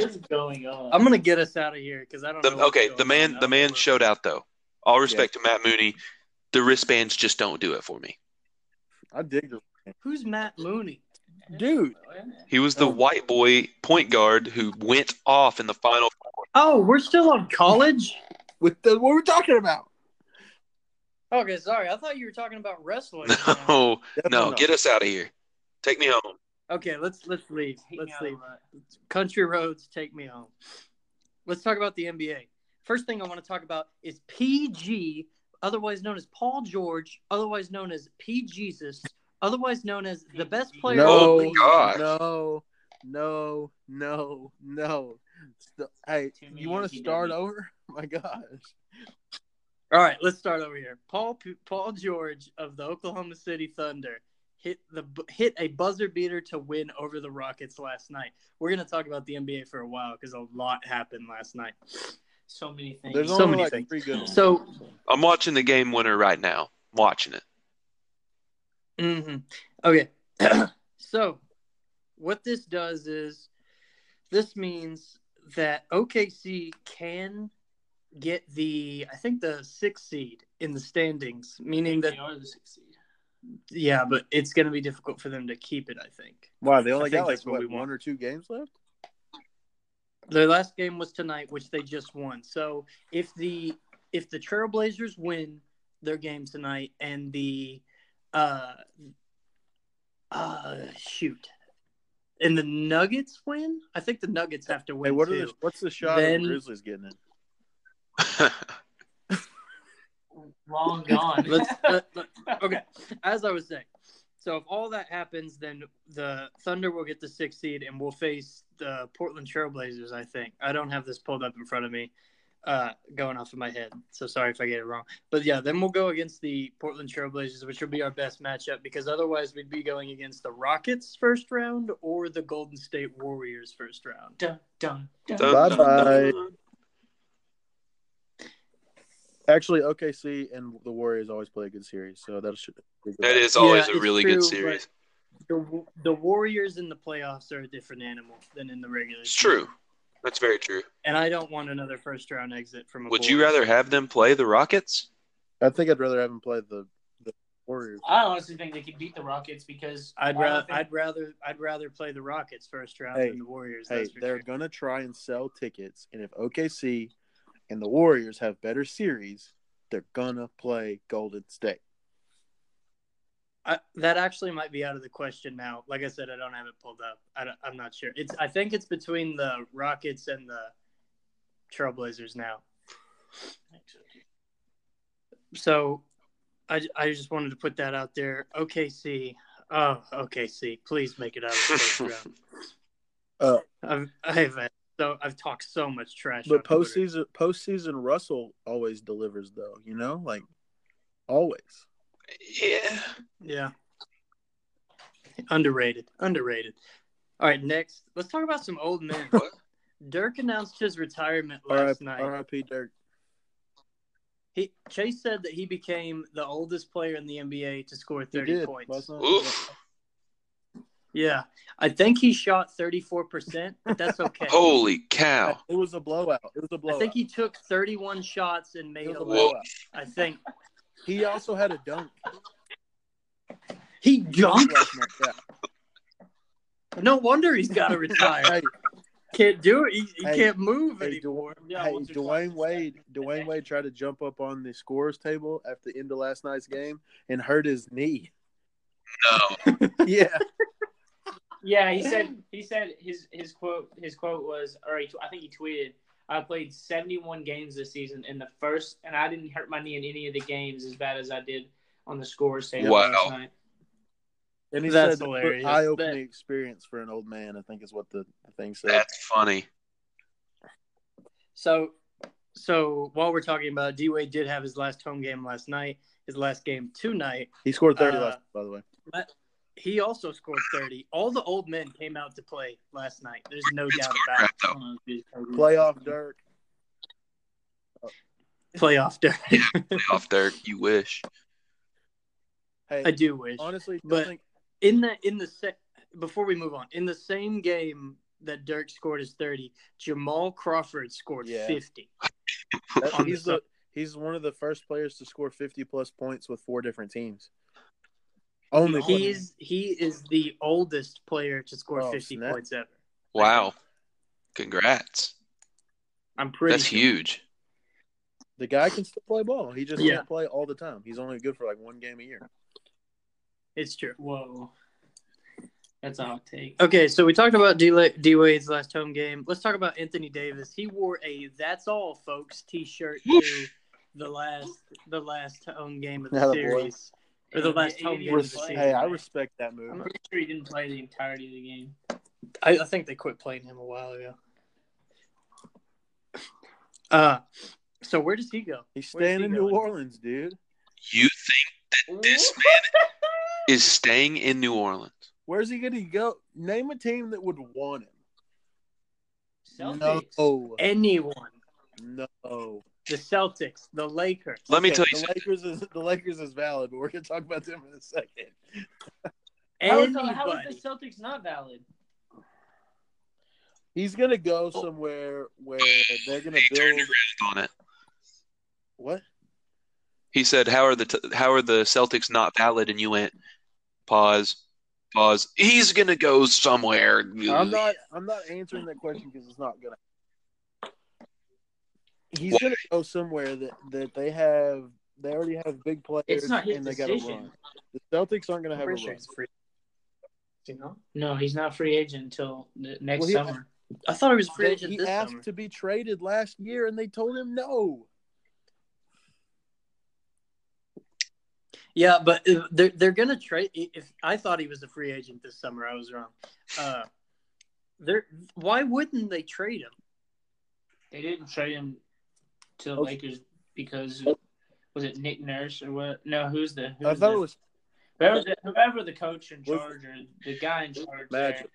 Speaker 3: is going on?
Speaker 1: I'm gonna get us out of here because I don't.
Speaker 2: The,
Speaker 1: know what's
Speaker 2: okay,
Speaker 1: going
Speaker 2: the man,
Speaker 1: on. I
Speaker 2: the
Speaker 1: don't
Speaker 2: man
Speaker 1: know.
Speaker 2: showed out though. All respect to Matt Mooney, the wristbands just don't do it for me.
Speaker 4: I dig this.
Speaker 1: Who's Matt Mooney?
Speaker 4: Dude,
Speaker 2: He was the
Speaker 4: Um,
Speaker 2: white boy point guard who went off in the final.
Speaker 1: Oh, we're still on college.
Speaker 4: with the what we're talking about.
Speaker 1: okay, sorry. I thought you were talking about wrestling.
Speaker 2: No, no,
Speaker 4: Definitely not.
Speaker 2: get us out of here. Take me home.
Speaker 1: Okay, let's let's leave.
Speaker 3: Take me uh,
Speaker 1: Let's
Speaker 3: out of
Speaker 1: leave. Country roads, take me home. Let's talk about the NBA. First thing I want to talk about is PG, otherwise known as Paul George, otherwise known as P Jesus, otherwise known as the best player.
Speaker 4: No.
Speaker 1: in the league.
Speaker 2: God.
Speaker 4: No, no, no, no. St- hey,
Speaker 3: Too many
Speaker 4: you want to
Speaker 3: OTW.
Speaker 4: start over? My gosh.
Speaker 1: All right, let's start over here. Paul Paul George of the Oklahoma City Thunder hit the hit a buzzer beater to win over the Rockets last night. We're gonna talk about the NBA for a while because a lot happened last night.
Speaker 3: So many things.
Speaker 4: There's
Speaker 1: So
Speaker 4: only
Speaker 1: many
Speaker 4: like
Speaker 1: things.
Speaker 4: three good ones.
Speaker 1: So
Speaker 2: I'm watching the game winner right now. Watching it.
Speaker 1: hmm Okay. so, what this does is this means that OKC can get the, I think, the sixth seed in the standings, meaning that,
Speaker 3: they are the sixth seed.
Speaker 1: yeah, but it's going to be difficult for them to keep it, I think.
Speaker 4: Wow, they only
Speaker 1: think
Speaker 4: got like
Speaker 1: that's what
Speaker 4: what,
Speaker 1: we
Speaker 4: one
Speaker 1: want.
Speaker 4: or two games left.
Speaker 1: Their last game was tonight, which they just won. So, if the if the Trailblazers win their game tonight and the uh uh shoot and the Nuggets win, I think the Nuggets have to
Speaker 4: Hey,
Speaker 1: win.
Speaker 4: what are
Speaker 1: too.
Speaker 4: the, what's the shot
Speaker 1: Then-
Speaker 4: of the Grizzlies getting it?
Speaker 3: Long gone.
Speaker 1: let's let, let- okay. As I was saying, so if all that happens, then the Thunder will get the sixth seed, and we'll face the Portland Trailblazers. I think I don't have this pulled up in front of me, uh, going off of my head. So sorry if I get it wrong. But yeah, then we'll go against the Portland Trailblazers, which will be our best matchup because otherwise we'd be going against the Rockets first round or the Golden State Warriors first round.
Speaker 3: dun, dun, dun,
Speaker 2: Dun,
Speaker 4: dun, Bye-bye. Actually, OKC and the Warriors always play a good series, so that should. be good.
Speaker 2: That is always
Speaker 1: Yeah,
Speaker 2: a
Speaker 1: it's
Speaker 2: really
Speaker 1: true,
Speaker 2: good
Speaker 1: but-
Speaker 2: series.
Speaker 1: The, the Warriors in the playoffs are a different animal than in the regular.
Speaker 2: It's
Speaker 1: season.
Speaker 2: true. That's very true.
Speaker 1: and I don't want another first round exit from. A
Speaker 2: Would you
Speaker 1: Bulls.
Speaker 2: rather have them play the Rockets?
Speaker 4: I think I'd rather have them play the, the Warriors.
Speaker 3: I honestly think they could beat the Rockets because
Speaker 1: I'd
Speaker 3: I don't
Speaker 1: rather
Speaker 3: think-
Speaker 1: I'd rather I'd rather play the Rockets first round
Speaker 4: Hey,
Speaker 1: than the Warriors.
Speaker 4: Hey,
Speaker 1: that's for
Speaker 4: they're
Speaker 1: sure.
Speaker 4: gonna try and sell tickets, and if OKC and the Warriors have better series, they're gonna play Golden State.
Speaker 1: I, that actually might be out of the question now. Like I said, I don't have it pulled up. I don't- I'm not sure. It's I think it's between the Rockets and the Trailblazers now. So I, I just wanted to put that out there. OKC, oh OKC, please make it out of the first round.
Speaker 4: Uh,
Speaker 1: I've I've had- so I've talked so much trash.
Speaker 4: But
Speaker 1: on Twitter.
Speaker 4: postseason, postseason, Russell always delivers, though. You know, like always.
Speaker 2: Yeah.
Speaker 1: Yeah. Underrated. Underrated. All right, next, let's talk about some old men.
Speaker 2: What?
Speaker 1: Dirk announced his retirement
Speaker 4: R.I-
Speaker 1: last night.
Speaker 4: R.I.P. Dirk.
Speaker 1: He Chase said that he became the oldest player in the NBA to score
Speaker 4: He
Speaker 1: 30
Speaker 4: did
Speaker 1: points.
Speaker 4: last night.
Speaker 2: Oof.
Speaker 1: Yeah. I think he shot 34%, but that's okay.
Speaker 2: Holy
Speaker 4: Yeah.
Speaker 2: cow.
Speaker 4: It was a blowout. It was a
Speaker 1: I
Speaker 4: blowout.
Speaker 1: think he took 31 shots and
Speaker 4: It
Speaker 1: made
Speaker 4: was a
Speaker 1: 11.
Speaker 4: blowout.
Speaker 1: I think
Speaker 4: He also had a dunk.
Speaker 1: he dunked.
Speaker 4: last night. Yeah.
Speaker 1: No wonder he's got to retire.
Speaker 4: Hey,
Speaker 1: Can't do it. He, he
Speaker 4: Hey,
Speaker 1: can't move
Speaker 4: hey,
Speaker 1: anymore.
Speaker 3: Yeah,
Speaker 4: hey,
Speaker 3: once or
Speaker 4: Dwayne
Speaker 3: twice.
Speaker 4: Wade. Dwayne Wade tried to jump up on the scores table at the end of last night's game and hurt his knee.
Speaker 2: No.
Speaker 4: Yeah.
Speaker 3: Yeah, he said he said his his quote his quote was or he, I think he tweeted I played 71 games this season in the first and I didn't hurt my knee in any of the games as bad as I did on the scores table
Speaker 2: Wow.
Speaker 3: last night.
Speaker 4: And he
Speaker 1: That's
Speaker 4: said
Speaker 1: hilarious.
Speaker 4: eye opening experience for an old man, I think is what the, the thing said.
Speaker 2: That's funny.
Speaker 1: So, so while we're talking about it, D Wade, did have his last home game last night. His last game tonight.
Speaker 4: he scored thirty
Speaker 1: uh,
Speaker 4: last, by the way.
Speaker 1: He also scored thirty. All the old men came out to play last night. There's no doubt about
Speaker 2: Crap, though.
Speaker 1: mm.
Speaker 4: Playoff Dirk.
Speaker 1: it. Playoff dirty.
Speaker 2: Off Dirk, you wish.
Speaker 4: Hey,
Speaker 1: I do wish.
Speaker 4: honestly, don't
Speaker 1: but-
Speaker 4: think-
Speaker 1: In the in the se- before we move on, in the same game that Dirk scored his thirty, Jamal Crawford scored
Speaker 4: Yeah.
Speaker 1: fifty.
Speaker 4: that-
Speaker 1: on the
Speaker 4: he's the he's one of the first players to score fifty plus points with four different teams. Only
Speaker 1: He
Speaker 4: he's
Speaker 1: is he is the oldest player to score
Speaker 4: Oh,
Speaker 1: fifty
Speaker 4: snap.
Speaker 1: points ever.
Speaker 2: Wow. Congrats.
Speaker 1: I'm pretty.
Speaker 2: That's
Speaker 1: sure.
Speaker 2: huge.
Speaker 4: the guy can still play ball. He just
Speaker 1: Yeah.
Speaker 4: can't play all the time. He's only good for like one game a year.
Speaker 1: It's true.
Speaker 3: Whoa, that's a hot take.
Speaker 1: Okay, so we talked about D D Wade's last home game. Let's talk about Anthony Davis. He wore a "That's all, folks" T-shirt to the last the last home game of the
Speaker 4: Yeah, the
Speaker 1: series or the last home game of
Speaker 4: Res-
Speaker 1: the
Speaker 3: Res-
Speaker 1: season.
Speaker 4: hey, I
Speaker 1: right?
Speaker 4: respect that move.
Speaker 3: I'm pretty sure he didn't play the entirety of the game.
Speaker 1: I, I think they quit playing him a while ago. Uh, so where does he go?
Speaker 4: He's
Speaker 1: Where's he
Speaker 4: staying in New
Speaker 1: going?
Speaker 4: Orleans, dude.
Speaker 2: You think This is staying in New Orleans?
Speaker 4: Where's he gonna go? Name a team that would want him.
Speaker 1: Oh.
Speaker 3: Celtics.
Speaker 4: No,
Speaker 1: Anyone?
Speaker 4: no.
Speaker 1: the Celtics, the Lakers.
Speaker 2: Let me
Speaker 4: Okay,
Speaker 2: tell you
Speaker 4: the
Speaker 2: something.
Speaker 4: Lakers is the Lakers is valid, but we're gonna talk about them in a second.
Speaker 3: How is,
Speaker 1: Anybody.
Speaker 3: the, how is the Celtics not valid?
Speaker 4: He's gonna go somewhere where they're gonna
Speaker 2: Oh. He turned
Speaker 4: build
Speaker 2: around on it.
Speaker 4: what?
Speaker 2: He said, "How are the t- how are the Celtics not valid?" And you went, "Pause, pause." He's gonna go somewhere.
Speaker 4: I'm not I'm not answering that question because it's not gonna. He's gonna go somewhere that that they have. They already have big players,
Speaker 3: It's not his
Speaker 4: and they got a
Speaker 3: decision.
Speaker 4: run. The Celtics aren't gonna have a
Speaker 1: Pretty sure
Speaker 4: run.
Speaker 1: he's free. You know?
Speaker 3: No, he's not free agent until the next
Speaker 4: Well, he-
Speaker 3: summer.
Speaker 1: I thought he was a free
Speaker 4: They-
Speaker 1: agent
Speaker 4: he
Speaker 1: this
Speaker 4: asked
Speaker 1: summer.
Speaker 4: to be traded last year, and they told him no.
Speaker 1: Yeah, but if they're they're gonna trade. If I thought he was a free agent this summer, I was wrong. Uh, they're why wouldn't they trade him?
Speaker 3: They didn't trade him to the
Speaker 4: Okay.
Speaker 3: Lakers because was it Nick Nurse or what? No, who's the who's
Speaker 4: I thought
Speaker 3: the,
Speaker 4: it was
Speaker 3: whoever the, whoever the coach in
Speaker 4: Was-
Speaker 3: charge or the guy in charge
Speaker 4: Magic.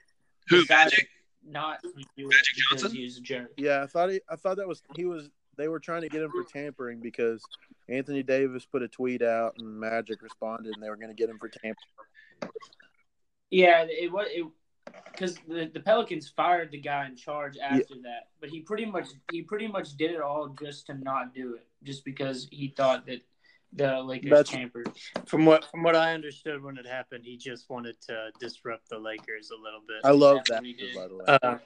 Speaker 2: Who,
Speaker 3: decided
Speaker 2: Magic?
Speaker 3: not to do it
Speaker 2: Magic
Speaker 3: because
Speaker 2: Johnson?
Speaker 3: he was a jerk.
Speaker 4: Yeah, I thought he, I thought that was he was. They were trying to get him for tampering because Anthony Davis put a tweet out and Magic responded, and they were going to get him for tampering.
Speaker 3: Yeah, it was it because the, the Pelicans fired the guy in charge after that, but he pretty much he pretty much did it all just to not do it, just because he thought that the Lakers
Speaker 4: That's-
Speaker 3: tampered.
Speaker 1: From what from what I understood when it happened, he just wanted to disrupt the Lakers a little bit.
Speaker 4: I love
Speaker 3: That's
Speaker 4: that,
Speaker 3: what he did.
Speaker 4: by the way.
Speaker 1: Uh,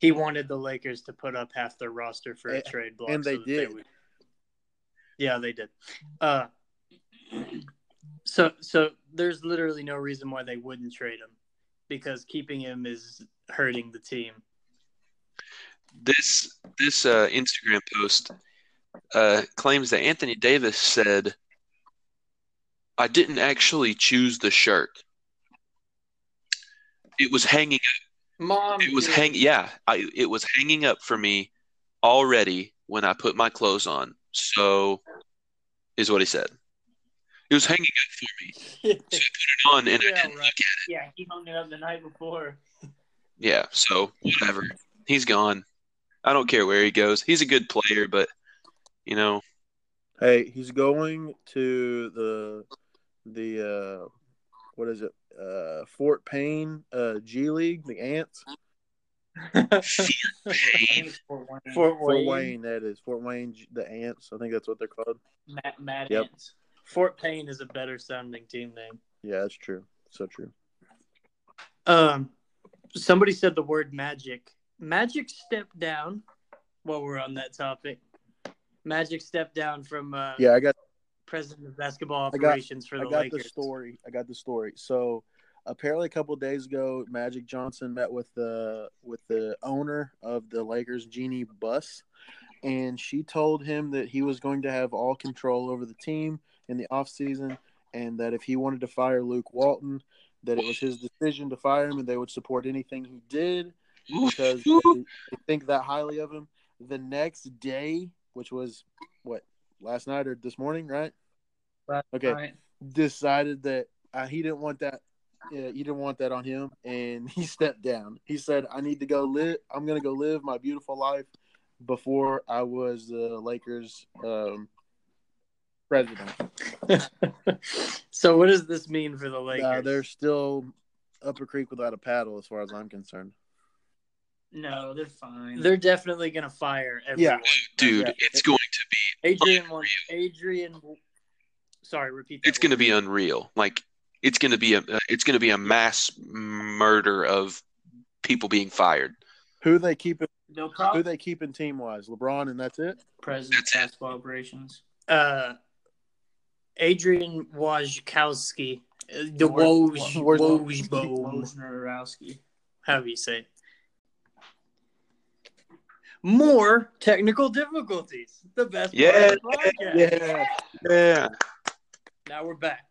Speaker 1: he wanted the Lakers to put up half their roster for a
Speaker 4: And-
Speaker 1: trade block,
Speaker 4: and they
Speaker 1: so that
Speaker 4: did.
Speaker 1: would- yeah, they did. Uh, so, so there's literally no reason why they wouldn't trade him, because keeping him is hurting the team.
Speaker 2: This this uh, Instagram post uh, claims that Anthony Davis said, "I didn't actually choose the shirt. It was hanging.
Speaker 1: Mom,
Speaker 2: It
Speaker 3: Um,
Speaker 2: was hang. Yeah, I, it was hanging up for me already when I put my clothes on. So, is what he said. It was hanging up for me. Put it on, and I
Speaker 1: yeah,
Speaker 2: didn't.
Speaker 1: right.
Speaker 3: Yeah, he hung it up the night before.
Speaker 2: Yeah. So whatever. He's gone. I don't care where he goes. He's a good player, but you know,
Speaker 4: Hey, he's going to the the uh, what is it? Uh, Fort Payne uh, G League, the Ants,
Speaker 3: I think it's for one
Speaker 1: Fort
Speaker 4: Fort
Speaker 1: Wayne,
Speaker 4: Wayne. that is Fort Wayne, G- the Ants. I think that's what they're called.
Speaker 3: Matt, Matt
Speaker 4: Yep.
Speaker 3: Ants.
Speaker 1: Fort Payne is a better sounding team name.
Speaker 4: Yeah, that's true. So true.
Speaker 1: Um, somebody said the word magic. Magic stepped down. While we're on that topic, Magic stepped down from uh,
Speaker 4: Yeah, I got
Speaker 1: president of basketball
Speaker 4: I got-
Speaker 1: operations for the
Speaker 4: I got
Speaker 1: Lakers.
Speaker 4: the story. I got the story. So apparently, a couple of days ago, Magic Johnson met with the with the owner of the Lakers, Jeannie Buss, and she told him that he was going to have all control over the team in the offseason and that if he wanted to fire Luke Walton, that it was his decision to fire him and they would support anything he did because they they think that highly of him. The next day, which was what last night or this morning, right?
Speaker 3: Last
Speaker 4: Okay
Speaker 3: Right.
Speaker 4: decided that uh, he didn't want that. Yeah, he didn't want that on him, and he stepped down. He said, "I need to go live. I'm gonna go live my beautiful life." Before I was the Lakers um, president, Uh,
Speaker 1: so, what does this mean for the Lakers?
Speaker 4: uh, they're still up a creek without a paddle, as far as I'm concerned.
Speaker 3: No, they're fine.
Speaker 1: They're definitely going to fire everyone.
Speaker 2: dude,
Speaker 4: Yeah.
Speaker 2: it's going to be
Speaker 1: Adrian wants Adrian. Sorry, repeat. That
Speaker 2: it's going to be unreal. Like it's going to be a uh, it's going to be a mass murder of people being fired.
Speaker 4: Who they keeping?
Speaker 3: no
Speaker 4: Who
Speaker 3: problem.
Speaker 4: they keeping team wise? LeBron, and that's it.
Speaker 3: President of basketball operations.
Speaker 1: be uh, Adrian Wojkowski, uh, the
Speaker 3: Woj-
Speaker 1: Woj
Speaker 4: Woj-
Speaker 1: Wojbo,
Speaker 3: Wojnarowski.
Speaker 1: however you say. it. More technical difficulties. The best part of the podcast.
Speaker 4: Yeah,
Speaker 2: Yeah.
Speaker 1: Now we're back.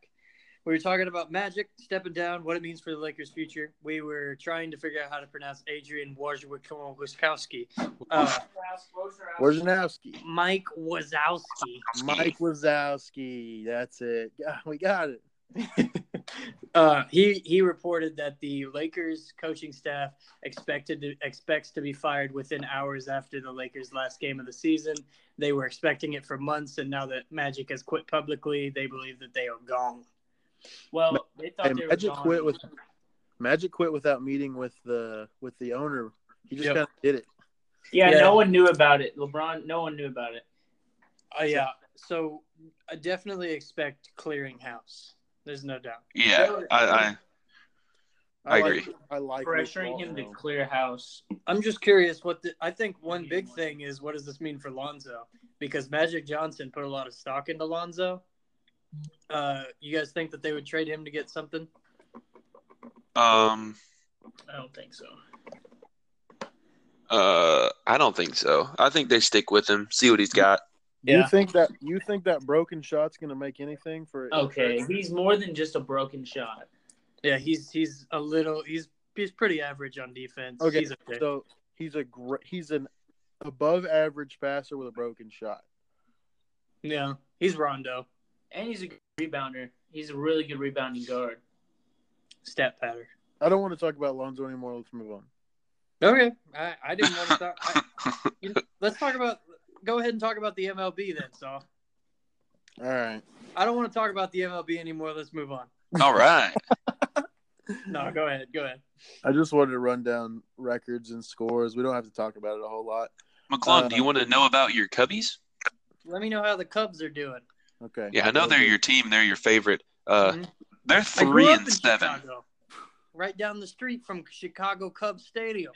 Speaker 1: We were talking about Magic stepping down, what it means for the Lakers' future. We were trying to figure out how to pronounce Adrian Wojnarowski. Uh,
Speaker 4: Wojnarowski,
Speaker 1: Mike Wazowski.
Speaker 4: Mike Wazowski. That's it. Yeah, we got it.
Speaker 1: Uh, he he reported that the Lakers coaching staff expected to, expects to be fired within hours after the Lakers' last game of the season. They were expecting it for months, and now that Magic has quit publicly, they believe that they are gone.
Speaker 3: Well, they thought
Speaker 4: And
Speaker 3: they were
Speaker 4: Magic
Speaker 3: gone.
Speaker 4: quit with Magic quit without meeting with the with the owner. He just
Speaker 1: Yep.
Speaker 4: kind of did it.
Speaker 3: yeah,
Speaker 1: Yeah.
Speaker 3: no one knew about it. LeBron, no one knew about it.
Speaker 1: Uh, yeah, so I definitely expect clearing house. There's no doubt.
Speaker 2: Yeah, I, I I
Speaker 4: like-
Speaker 2: agree.
Speaker 4: I like Luke
Speaker 3: Pressuring him to
Speaker 4: Walton.
Speaker 3: clear house.
Speaker 1: I'm just curious what the, I think one big thing is what does this mean for Lonzo? Because Magic Johnson put a lot of stock into Lonzo. Uh, you guys think that they would trade him to get something?
Speaker 2: um
Speaker 3: I don't think so.
Speaker 2: uh I don't think so. I think they stick with him, see what he's got.
Speaker 4: Do You think that you think that broken shot's gonna make anything for
Speaker 3: Okay, he's more than just a broken shot.
Speaker 1: Yeah, he's he's a little he's he's pretty average on defense.
Speaker 4: Okay,
Speaker 1: He's okay.
Speaker 4: So he's a great, he's an above average passer with a broken shot.
Speaker 1: yeah, he's Rondo
Speaker 3: And he's a good rebounder. He's a really good rebounding guard.
Speaker 1: stat pattern.
Speaker 4: I don't want to talk about Lonzo anymore. Let's move on.
Speaker 1: Okay, I, I didn't want to talk. I, you know, let's talk about. Go ahead and talk about the MLB then, Saul.
Speaker 4: All right.
Speaker 1: I don't want to talk about the MLB anymore. Let's move on.
Speaker 2: All right.
Speaker 1: No, go ahead. Go ahead.
Speaker 4: I just wanted to run down records and scores. We don't have to talk about it a whole lot.
Speaker 2: McClung,
Speaker 4: Uh,
Speaker 2: do you want to know about your Cubbies?
Speaker 1: Let me know how the Cubs are doing.
Speaker 4: Okay.
Speaker 2: Yeah, I know they're your team. They're your favorite. Uh,
Speaker 4: Mm-hmm.
Speaker 1: Mhm.
Speaker 2: they're
Speaker 1: I grew
Speaker 2: three
Speaker 1: up
Speaker 2: and
Speaker 1: in
Speaker 2: seven.
Speaker 1: Chicago, right down the street from Chicago Cubs Stadium.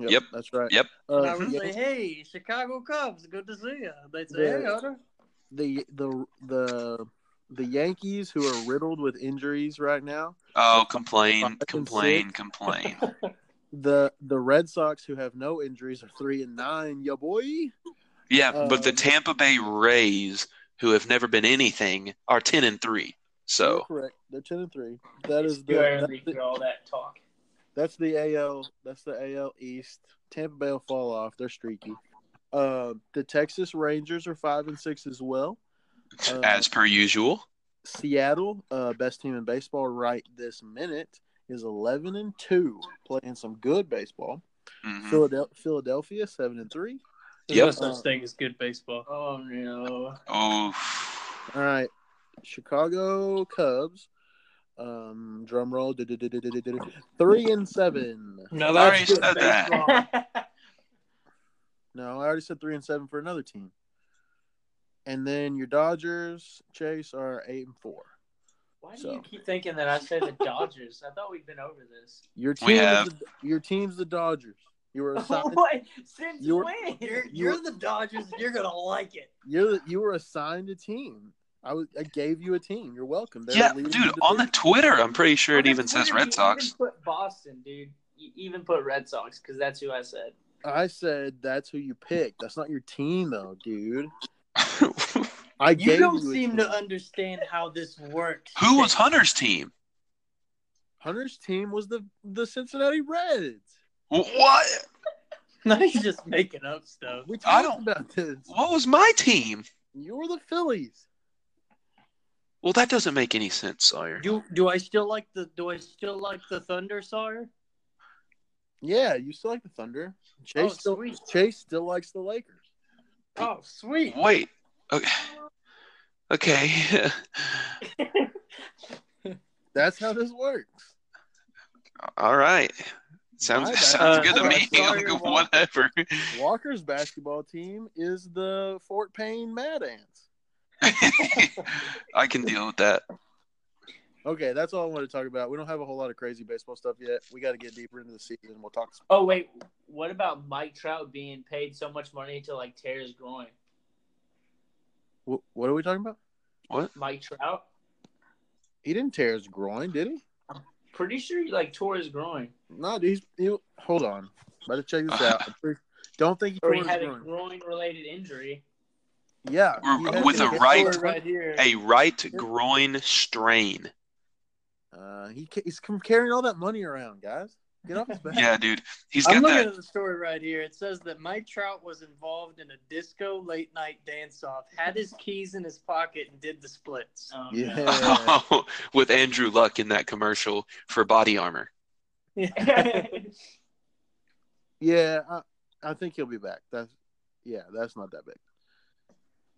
Speaker 4: Yep,
Speaker 2: Yep.
Speaker 4: That's right.
Speaker 2: Yep.
Speaker 1: And I
Speaker 4: Uh,
Speaker 1: would say, "Hey, Chicago Cubs, good to see you." They'd say,
Speaker 4: Yeah.
Speaker 1: "Hey, Otter."
Speaker 4: the the the the Yankees, who are riddled with injuries right now,
Speaker 2: Oh, complain,
Speaker 4: Five and
Speaker 2: complain,
Speaker 4: six.
Speaker 2: complain.
Speaker 4: the the Red Sox, who have no injuries, are three and nine. Ya boy.
Speaker 2: Yeah, but the
Speaker 4: Um,
Speaker 2: Tampa Bay Rays, who have never been anything, are ten and three.
Speaker 4: You're
Speaker 2: So
Speaker 4: correct. They're ten and three. That is the
Speaker 3: Square
Speaker 4: that's
Speaker 3: league
Speaker 4: the,
Speaker 3: for all that talk.
Speaker 4: that's the AL. That's the AL East. Tampa Bay will fall off. They're streaky. Uh, the Texas Rangers are five and six as well. Uh,
Speaker 2: as per usual,
Speaker 4: Seattle, uh, best team in baseball right this minute, is eleven and two, playing some good baseball.
Speaker 2: Mhm.
Speaker 4: Philade- Philadelphia seven and three.
Speaker 1: There's
Speaker 2: Yep.
Speaker 1: no such thing as good baseball.
Speaker 3: Oh no.
Speaker 2: oh,
Speaker 4: All right, Chicago Cubs. Um, drum roll. du-du-du-du-du-du-du. Three and seven.
Speaker 1: No,
Speaker 2: Sorry,
Speaker 1: that's good
Speaker 2: said that.
Speaker 1: baseball.
Speaker 4: No, I already said three and seven for another team. And then your Dodgers, Chase, are eight and four.
Speaker 3: Why do
Speaker 4: So.
Speaker 3: you keep thinking that I said the Dodgers? I thought we'd been over this.
Speaker 4: Your team,
Speaker 2: We have-
Speaker 4: is the, your team's the Dodgers. You were assigned,
Speaker 3: What? Since
Speaker 4: You were-
Speaker 3: when?
Speaker 1: You're, you're the Dodgers. You're gonna like it.
Speaker 4: you you were assigned a team. I was I gave you a team. You're welcome. They're
Speaker 2: yeah,
Speaker 4: leading
Speaker 2: dude. On the
Speaker 4: division.
Speaker 2: Twitter, I'm pretty sure it
Speaker 3: On
Speaker 2: even
Speaker 3: the
Speaker 2: says
Speaker 3: Twitter,
Speaker 2: Red
Speaker 3: You
Speaker 2: Sox.
Speaker 3: even put Boston, dude. You even put Red Sox because that's who I said.
Speaker 4: I said that's who you picked. That's not your team though, dude. I
Speaker 1: You
Speaker 4: gave
Speaker 1: don't
Speaker 4: you a
Speaker 1: seem
Speaker 4: team.
Speaker 1: to understand how this works.
Speaker 2: Who was
Speaker 1: Chase.
Speaker 2: Hunter's team?
Speaker 4: Hunter's team was the the Cincinnati Reds.
Speaker 2: Wh- What?
Speaker 1: No, he's just making up stuff.
Speaker 4: We
Speaker 2: I
Speaker 4: talked about this.
Speaker 2: What was my team?
Speaker 4: You were the Phillies.
Speaker 2: Well, that doesn't make any sense, Sawyer.
Speaker 1: Do do I still like the do I still like the Thunder Sawyer?
Speaker 4: Yeah, you still like the Thunder. Chase
Speaker 1: Oh,
Speaker 4: still
Speaker 1: sweet.
Speaker 4: Chase still likes the Lakers.
Speaker 1: Oh, sweet.
Speaker 2: Wait. Okay. Okay.
Speaker 4: That's how this works.
Speaker 2: All right. Sounds
Speaker 4: My bad.
Speaker 2: sounds good to
Speaker 1: Uh,
Speaker 2: me.
Speaker 1: sorry,
Speaker 2: Like,
Speaker 1: Walker.
Speaker 2: Whatever.
Speaker 4: Walker's basketball team is the Fort Payne Mad Ants.
Speaker 2: I can deal with that.
Speaker 4: Okay, that's all I wanted to talk about. We don't have a whole lot of crazy baseball stuff yet. We got to get deeper into the season. We'll talk.
Speaker 3: Oh wait, what about Mike Trout being paid so much money to like tear his groin?
Speaker 4: Wh- What are we talking about?
Speaker 3: Mike Trout,
Speaker 4: He didn't tear his groin, did he?
Speaker 3: pretty sure he like tore his groin,
Speaker 4: No, dude. He's, he, hold on. Better check this out. I'm pretty- Don't think he
Speaker 3: or
Speaker 4: tore
Speaker 3: he
Speaker 4: his
Speaker 3: had
Speaker 4: groin.
Speaker 3: a groin-related injury.
Speaker 4: Yeah,
Speaker 2: Or
Speaker 4: he had-
Speaker 2: Uh, with a
Speaker 1: This
Speaker 2: right-
Speaker 1: story right here.
Speaker 2: A right groin strain.
Speaker 4: Uh, he ca- he's com- carrying all that money around, guys.
Speaker 1: Get off his back.
Speaker 2: Yeah, dude. He's
Speaker 1: I'm
Speaker 2: got
Speaker 1: looking
Speaker 2: that.
Speaker 1: at the story right here. It says that Mike Trout was involved in a disco late night dance off, had his keys in his pocket, and did the splits.
Speaker 3: Um,
Speaker 4: Yeah.
Speaker 1: uh,
Speaker 2: with Andrew Luck in that commercial for body armor.
Speaker 4: Yeah, I, I think he'll be back. That's yeah, that's not that big.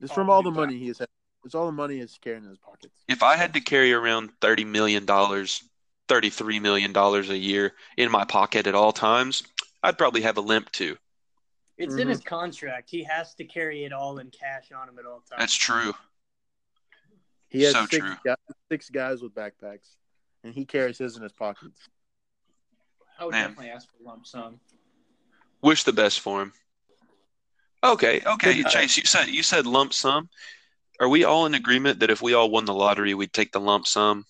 Speaker 4: It's from
Speaker 3: Oh,
Speaker 4: all
Speaker 2: he'll
Speaker 4: the
Speaker 2: be
Speaker 4: money he has. Had. It's all the money he's carrying in his pockets.
Speaker 2: If I had to carry around $30 million, $33 million a year in my pocket at all times, I'd probably have a limp too.
Speaker 1: It's
Speaker 2: Mm-hmm.
Speaker 1: in his contract. He has to carry it all in cash on him at all times.
Speaker 2: That's true.
Speaker 4: He has
Speaker 2: So
Speaker 4: six
Speaker 2: true.
Speaker 4: guys, six guys with backpacks, and he carries his in his pockets.
Speaker 3: I would
Speaker 2: Man.
Speaker 3: definitely ask for a lump sum.
Speaker 2: Wish the best for him. Okay, okay,
Speaker 1: Good night.
Speaker 2: Chase. You said you said lump sum. Are we all in agreement that if we all won the lottery, we'd take the lump sum?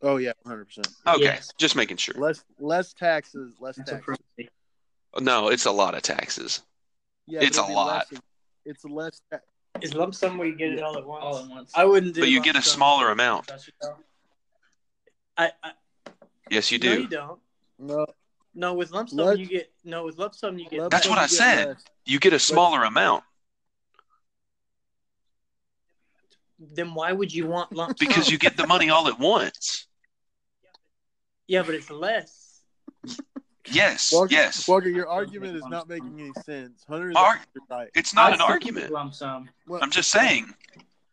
Speaker 4: Oh yeah, hundred percent.
Speaker 2: Okay,
Speaker 3: Yes.
Speaker 2: just making sure.
Speaker 4: Less less taxes, less
Speaker 1: That's
Speaker 4: taxes.
Speaker 1: appropriate.
Speaker 2: No, it's a lot of taxes.
Speaker 4: Yeah,
Speaker 2: It's
Speaker 4: but it'll
Speaker 2: a
Speaker 4: be
Speaker 2: lot.
Speaker 4: less- it's less. Ta-
Speaker 1: Is lump sum where you get it all at once?
Speaker 3: All at once.
Speaker 1: Oh, I wouldn't do.
Speaker 2: But you
Speaker 1: lump
Speaker 2: get a
Speaker 1: sum.
Speaker 2: smaller amount.
Speaker 3: Trust yourself.
Speaker 1: I, I
Speaker 2: Yes, you
Speaker 1: no, you
Speaker 2: do.
Speaker 1: don't.
Speaker 4: no,
Speaker 1: No, with lump sum
Speaker 4: Let's-
Speaker 1: you get. No, with lump sum you get.
Speaker 4: less
Speaker 2: That's
Speaker 4: than
Speaker 2: what I
Speaker 4: you get
Speaker 2: said.
Speaker 4: less.
Speaker 2: You get a smaller amount
Speaker 1: Then why would you want lump sum?
Speaker 2: because you get the money all at once.
Speaker 1: Yeah, but it's less.
Speaker 2: Yes,
Speaker 4: Walker,
Speaker 2: yes.
Speaker 4: Walker, your argument is not making any sense. Hunter is
Speaker 2: Ar-
Speaker 4: absolutely right.
Speaker 2: It's not
Speaker 3: I
Speaker 2: an
Speaker 3: still
Speaker 2: argument.
Speaker 3: Lump sum.
Speaker 4: Well,
Speaker 2: I'm just saying.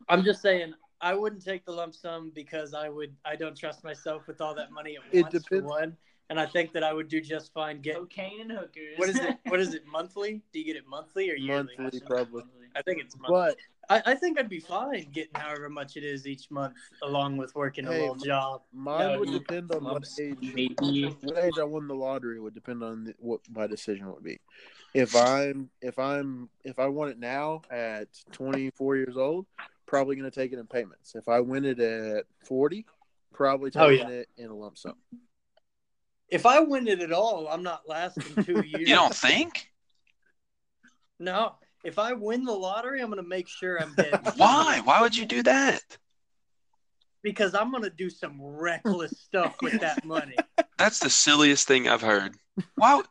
Speaker 1: I'm just saying. I wouldn't take the lump sum because I would. I don't trust myself with all that money at
Speaker 4: It
Speaker 1: once. For
Speaker 4: depends-
Speaker 1: one, and I think that I would do just fine. Get
Speaker 3: Cocaine and hookers.
Speaker 1: what is it? What is it? Monthly? Do you get it monthly or yearly?
Speaker 4: Monthly. Probably.
Speaker 1: I think it's monthly.
Speaker 4: but
Speaker 1: I, I think I'd be fine getting however much it is each month, along with working a
Speaker 4: Hey,
Speaker 1: little
Speaker 4: m-
Speaker 1: job.
Speaker 4: mine
Speaker 3: No,
Speaker 4: would
Speaker 3: you-
Speaker 4: depend on what
Speaker 3: Lumps.
Speaker 4: age.
Speaker 3: Maybe.
Speaker 4: what age I won the lottery would depend on the, what my decision would be. If I'm if I'm if I won it now at 24 years old, probably going to take it in payments. If I win it at 40, probably taking
Speaker 1: Oh, yeah.
Speaker 4: it in a lump sum.
Speaker 1: If I win it at all, I'm not lasting two years.
Speaker 2: You don't think?
Speaker 1: No. If I win the lottery, I'm going to make sure I'm dead.
Speaker 2: Why? Why would you do that?
Speaker 1: Because I'm going to do some reckless stuff with that money.
Speaker 2: That's the silliest thing I've heard. Wow.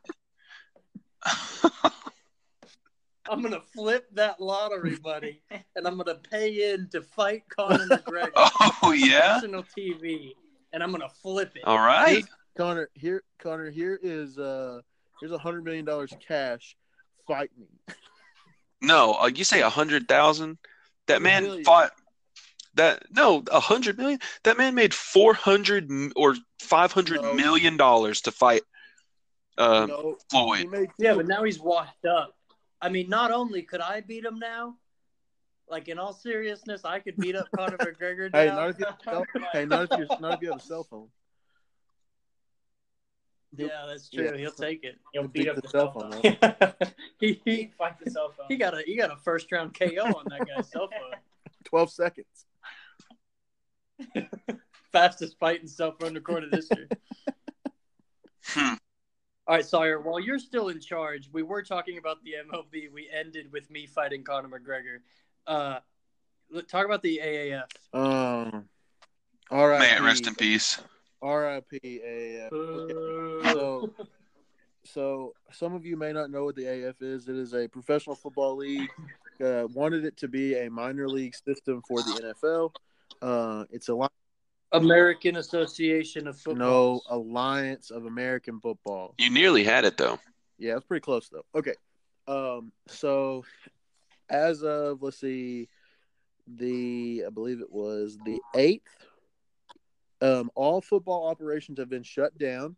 Speaker 1: I'm going to flip that lottery, buddy, and I'm going to pay in to fight Conor McGregor
Speaker 2: oh yeah.
Speaker 1: national TV, and I'm going to flip it.
Speaker 2: All right.
Speaker 4: Connor, here Connor, here is uh here's a 100 million dollars cash. Fight me.
Speaker 2: No, uh, you say a hundred thousand. That
Speaker 4: A
Speaker 2: man
Speaker 4: million.
Speaker 2: fought. That no, a hundred million. That man made four hundred or five hundred
Speaker 4: No.
Speaker 2: million dollars to fight uh,
Speaker 4: no, he
Speaker 2: Floyd.
Speaker 4: made
Speaker 1: Yeah, but now he's washed up. I mean, not only could I beat him now, like in all seriousness, I could beat up Conor McGregor
Speaker 4: Hey,
Speaker 1: now.
Speaker 4: not if you hey, not if you're not if you have a cell phone.
Speaker 1: yeah, that's true.
Speaker 4: Yeah.
Speaker 1: He'll take it.
Speaker 3: You'll
Speaker 4: Beat
Speaker 3: beat up
Speaker 4: the
Speaker 3: the
Speaker 4: cell
Speaker 3: cell
Speaker 4: phone,
Speaker 3: phone.
Speaker 1: he, he,
Speaker 3: He fight the cell phone.
Speaker 1: he got a he got a first round KO on that guy's cell phone.
Speaker 4: 12 seconds.
Speaker 1: Fastest fight in cell phone recorded history.
Speaker 2: Hmm.
Speaker 1: All right, Sawyer. While you're still in charge, we were talking about the MLB. We ended with me fighting Conor McGregor. Uh, let- talk about the AAF.
Speaker 4: Um, all right.
Speaker 2: May it rest in peace.
Speaker 4: RIP. AAF. So, so some of you may not know what the AF is. It is a professional football league. Uh, wanted it to be a minor league system for the NFL. Uh, it's a
Speaker 1: American Association of Football.
Speaker 4: no uh, alliance of American football.
Speaker 2: You nearly had it though.
Speaker 4: Yeah, that's pretty close though. Okay. Um so as of let's see the I believe it was the 8th um all football operations have been shut down.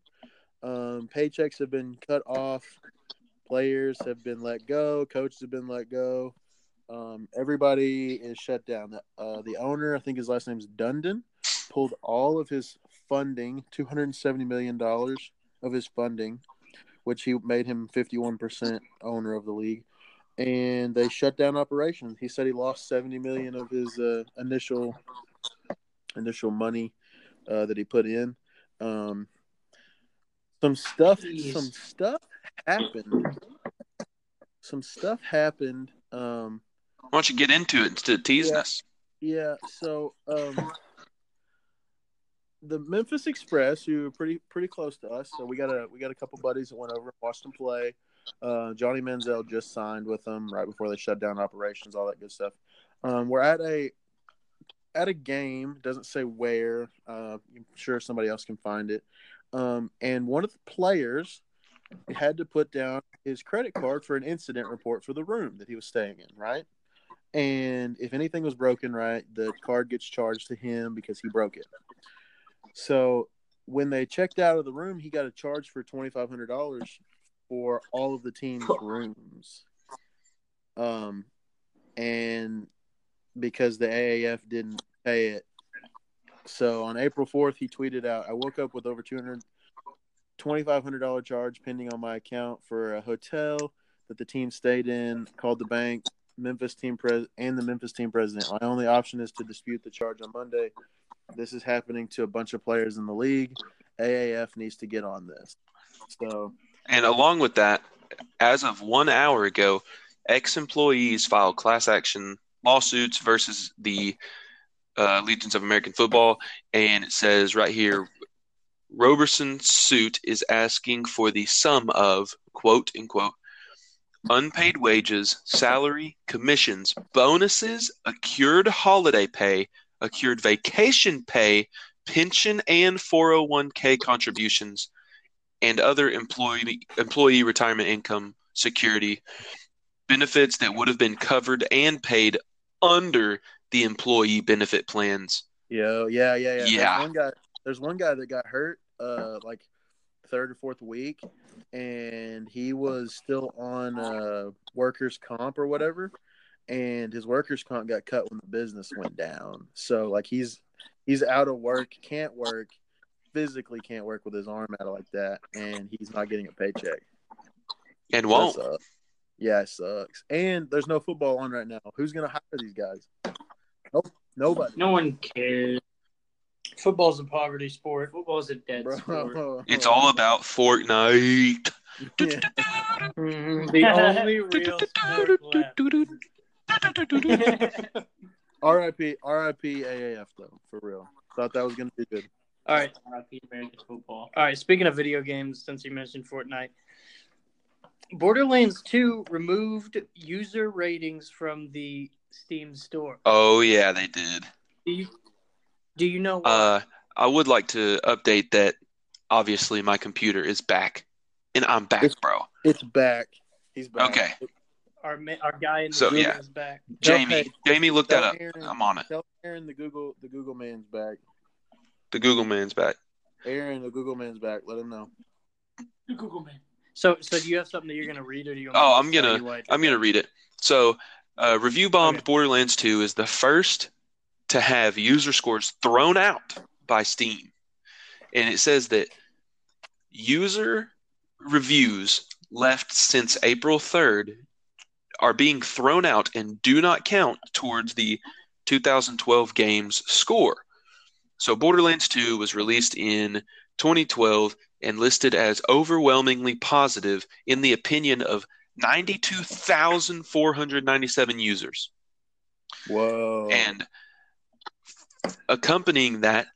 Speaker 4: Um paychecks have been cut off. Players have been let go, coaches have been let go. Um everybody is shut down. Uh the owner, I think his last name's Dundon, pulled all of his funding, 270 million dollars of his funding which he made him 51% owner of the league and they shut down operations he said he lost 70 million of his uh, initial initial money uh, that he put in um, some stuff
Speaker 3: Jeez.
Speaker 4: some stuff happened some stuff happened um,
Speaker 2: Why don't you get into it instead of teasing
Speaker 4: Yeah.
Speaker 2: us?
Speaker 4: yeah so um, the Memphis Express, who are pretty pretty close to us, so we got a we got a couple buddies that went over and watched them play. Uh, Johnny Manziel just signed with them right before they shut down operations, all that good stuff. Um, we're at a at a game, doesn't say where. Uh, I'm sure somebody else can find it. Um, and one of the players had to put down his credit card for an incident report for the room that he was staying in, right? And if anything was broken, right, the card gets charged to him because he broke it. So when they checked out of the room, he got a charge for twenty five hundred dollars for all of the team's rooms. Um, and because the AAF didn't pay it. So on April 4th, he tweeted out, I woke up with over 200 $2,500 charge pending on my account for a hotel that the team stayed in, called the bank, Memphis team pres and the Memphis team president. My only option is to dispute the charge on Monday. This is happening to a bunch of players in the league. AAF needs to get on this. So
Speaker 2: And along with that, as of one hour ago, ex employees filed class action lawsuits versus the uh, Legions of American Football. And it says right here Roberson's suit is asking for the sum of, quote unquote, unpaid wages, salary, commissions, bonuses, accrued holiday pay, accrued vacation pay, pension and 401k contributions, and other employee employee retirement income security benefits that would have been covered and paid under the employee benefit plans.
Speaker 4: yeah, yeah,
Speaker 2: Yeah.
Speaker 4: yeah, yeah. There's one guy there's one guy that got hurt uh like third or fourth week and he was still on uh workers comp or whatever and his workers comp got cut when the business went down. So like he's he's out of work, can't work, physically can't work with his arm out like that and he's not getting a paycheck.
Speaker 2: And
Speaker 4: That
Speaker 2: won't.
Speaker 4: sucks. Yeah, it sucks. And there's no football on right now. Who's gonna hire these guys? Nope, nobody.
Speaker 3: No one cares.
Speaker 1: Football's a poverty sport.
Speaker 3: Football's a dead sport.
Speaker 4: Bro.
Speaker 2: It's all about Fortnite.
Speaker 4: Yeah.
Speaker 1: Mm-hmm. The only real sport left.
Speaker 4: R.I.P. R.I.P. AAF though, for real. Thought that was gonna be good.
Speaker 1: All right.
Speaker 3: RIP American football.
Speaker 1: All right, speaking of video games, since you mentioned Fortnite, Borderlands 2 removed user ratings from the Steam store.
Speaker 2: oh yeah, they did.
Speaker 1: Do you, do you know why?
Speaker 2: Uh, I would like to update that. Obviously, my computer is back, and I'm back,
Speaker 4: It's-
Speaker 2: bro.
Speaker 4: It's back. He's back.
Speaker 2: Okay,
Speaker 1: our, ma- our guy in the
Speaker 2: So,
Speaker 1: group
Speaker 2: yeah.
Speaker 1: is back?
Speaker 2: Jamie. Jamie, look that
Speaker 4: Tell
Speaker 2: up.
Speaker 4: Aaron,
Speaker 2: I'm on it.
Speaker 4: Tell Aaron the Google the Google man's back.
Speaker 2: The Google man's back.
Speaker 4: Aaron the Google man's back. Let him know.
Speaker 3: Google man.
Speaker 1: So, so do you have something that you're going to read, or do you?
Speaker 2: Oh,
Speaker 1: want
Speaker 2: I'm
Speaker 1: me to
Speaker 2: gonna-
Speaker 1: tell you why?
Speaker 2: I'm gonna read it. So, uh, review bombed
Speaker 1: Okay.
Speaker 2: Borderlands 2 is the first to have user scores thrown out by Steam, and it says that user reviews left since April 3rd are being thrown out and do not count towards the 2012 game's score. So, Borderlands 2 was released in 2012 and listed as overwhelmingly positive in the opinion of 92,497 users.
Speaker 4: Whoa.
Speaker 2: And accompanying that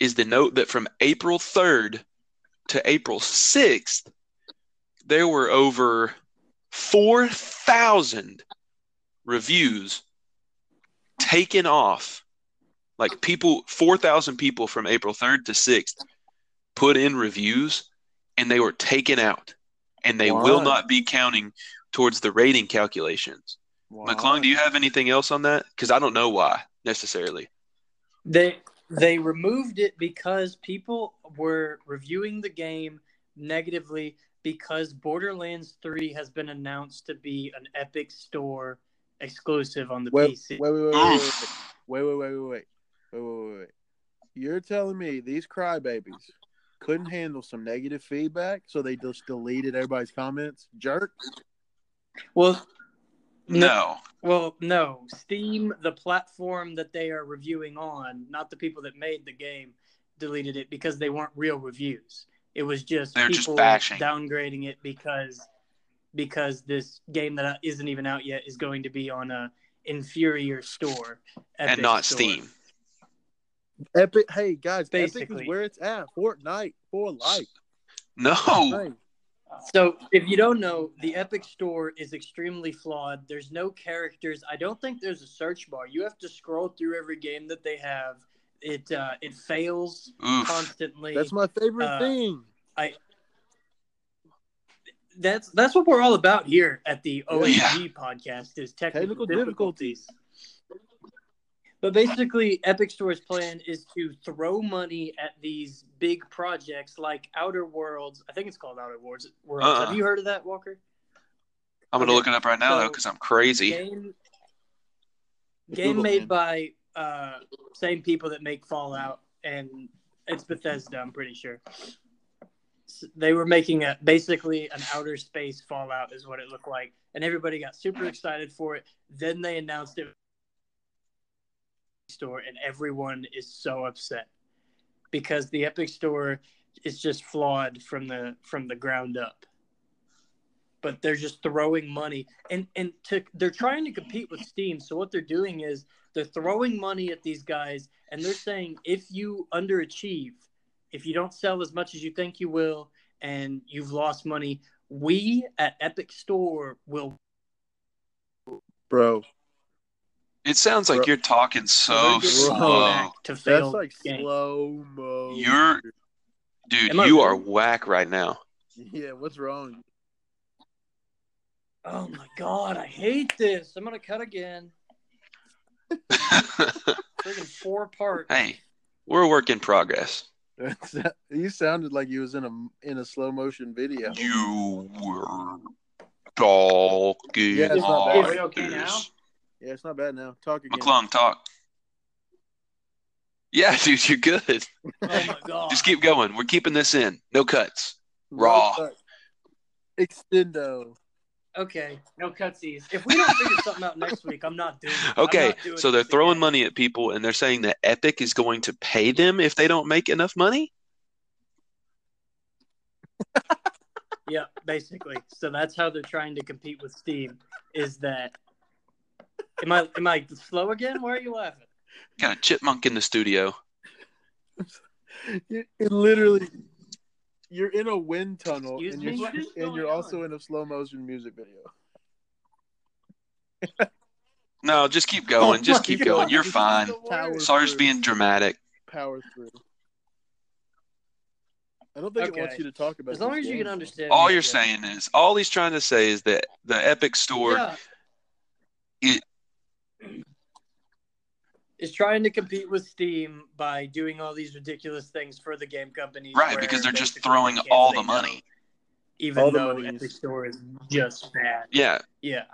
Speaker 2: is the note that from April 3rd to April 6th, there were over 4,000 reviews taken off. Like people, 4,000 people from April 3rd to 6th put in reviews and they were taken out and they will
Speaker 4: Why?
Speaker 2: not be counting towards the rating calculations.
Speaker 4: Wow.
Speaker 2: McClung, do you have anything else on that? Because I don't know why necessarily.
Speaker 1: They they removed it because people were reviewing the game negatively because Borderlands 3 has been announced to be an Epic Store exclusive on the
Speaker 4: wait,
Speaker 1: PC.
Speaker 4: wait, wait, wait, wait,
Speaker 2: Oof.
Speaker 4: wait, wait, wait, wait, wait, wait, wait, wait, wait, wait. You're telling me these crybabies couldn't handle some negative feedback, so they just deleted everybody's comments? Jerk.
Speaker 1: Well,
Speaker 2: No.
Speaker 1: well, no. Steam, the platform that they are reviewing on, not the people that made the game, deleted it because they weren't real reviews. It was just
Speaker 2: They're just
Speaker 1: people
Speaker 2: bashing.
Speaker 1: downgrading it because because this game that isn't even out yet is going to be on a inferior store
Speaker 2: and
Speaker 1: Epic
Speaker 2: not
Speaker 1: store.
Speaker 2: Steam.
Speaker 4: Epic. Hey guys, Epic
Speaker 1: Basically.
Speaker 4: is where it's at. Fortnite for life.
Speaker 2: No.
Speaker 4: Hey,
Speaker 1: So, if you don't know, the Epic Store is extremely flawed. There's no characters. I don't think there's a search bar. You have to scroll through every game that they have. It uh, it fails
Speaker 2: Oof.
Speaker 1: constantly.
Speaker 4: that's my favorite
Speaker 1: Uh,
Speaker 4: thing.
Speaker 1: that's that's what we're all about here at the OAG podcast is technical,
Speaker 4: Technical difficulties.
Speaker 1: difficulties. But basically, Epic Store's plan is to throw money at these big projects like Outer Worlds. I think it's called Outer Worlds. Worlds.
Speaker 2: Uh-uh.
Speaker 1: Have you heard of that, Walker?
Speaker 2: I'm gonna
Speaker 1: Okay,
Speaker 2: look it up right now though,
Speaker 1: so-
Speaker 2: because I'm crazy.
Speaker 1: Game,
Speaker 4: Google
Speaker 1: game made
Speaker 4: it.
Speaker 1: by uh, same people that make Fallout, and it's Bethesda. I'm pretty sure. S they were making a basically an outer space Fallout is what it looked like, and everybody got super excited for it. Then they announced it store, and everyone is so upset because the Epic Store is just flawed from the from the ground up. But they're just throwing money, and and to, they're trying to compete with Steam. So what they're doing is they're throwing money at these guys, and they're saying if you underachieve, if you don't sell as much as you think you will, and you've lost money, we at Epic Store will.
Speaker 4: bro.
Speaker 2: It sounds like
Speaker 4: Bro.
Speaker 2: you're talking so
Speaker 1: we're giving you
Speaker 2: slow.
Speaker 1: back to fail.
Speaker 4: That's like
Speaker 1: game.
Speaker 4: slow mo.
Speaker 2: You're dude,
Speaker 1: Am I
Speaker 2: you are
Speaker 1: wrong?
Speaker 2: whack right now.
Speaker 4: yeah. What's wrong?
Speaker 1: Oh my god, I hate this. I'm gonna cut again. Freaking four part.
Speaker 2: hey, we're a work in progress.
Speaker 4: you sounded like you was in a in a slow motion video.
Speaker 2: You were talking
Speaker 4: Yeah, it's not bad.
Speaker 2: like
Speaker 3: Are we okay
Speaker 2: this.
Speaker 3: now?
Speaker 4: Yeah, it's not bad now. Talk again.
Speaker 2: McClung, talk. Yeah, dude, you're good.
Speaker 1: Oh my god.
Speaker 2: Just keep going. We're keeping this in. No cuts.
Speaker 4: No
Speaker 2: Raw.
Speaker 4: cut. Extendo.
Speaker 1: Okay.
Speaker 3: No cutsies.
Speaker 1: If we don't figure something out next week, I'm not doing it. I'm
Speaker 2: Okay,
Speaker 1: not doing
Speaker 2: so they're
Speaker 1: this
Speaker 2: throwing
Speaker 1: again.
Speaker 2: money at people and they're saying that Epic is going to pay them if they don't make enough money?
Speaker 1: Yeah, basically. So that's how they're trying to compete with Steam. Is that? Am I am I slow again? Why are you laughing?
Speaker 2: Got a chipmunk in the studio.
Speaker 4: You- It literally. You're in a wind tunnel,
Speaker 1: Excuse
Speaker 4: and you're
Speaker 1: me? What is
Speaker 4: and
Speaker 1: going
Speaker 4: you're
Speaker 1: on?
Speaker 4: also in a slow motion music video.
Speaker 2: No, just keep going.
Speaker 1: Oh
Speaker 2: just
Speaker 1: my
Speaker 2: keep
Speaker 1: God,
Speaker 2: going. You're
Speaker 1: this is
Speaker 2: fine.
Speaker 1: the worst.
Speaker 2: Sorry, just being dramatic.
Speaker 4: Power through. I don't think
Speaker 1: Okay.
Speaker 4: it wants you to talk about.
Speaker 1: As long
Speaker 4: these
Speaker 1: as you
Speaker 4: games,
Speaker 1: can
Speaker 4: though.
Speaker 1: understand.
Speaker 2: All
Speaker 1: me,
Speaker 2: you're
Speaker 1: yeah.
Speaker 2: saying is, all he's trying to say is that the Epic store
Speaker 1: Yeah.
Speaker 2: It-
Speaker 1: is trying to compete with Steam by doing all these ridiculous things for the game companies.
Speaker 2: Right,
Speaker 1: where
Speaker 2: because they're just
Speaker 1: basically
Speaker 2: throwing
Speaker 1: they can't
Speaker 2: all
Speaker 1: say
Speaker 2: the
Speaker 1: no,
Speaker 2: money.
Speaker 1: even
Speaker 4: All the
Speaker 1: though
Speaker 4: money
Speaker 1: Epic
Speaker 4: is-
Speaker 1: Store is just bad.
Speaker 2: Yeah,
Speaker 1: Yeah.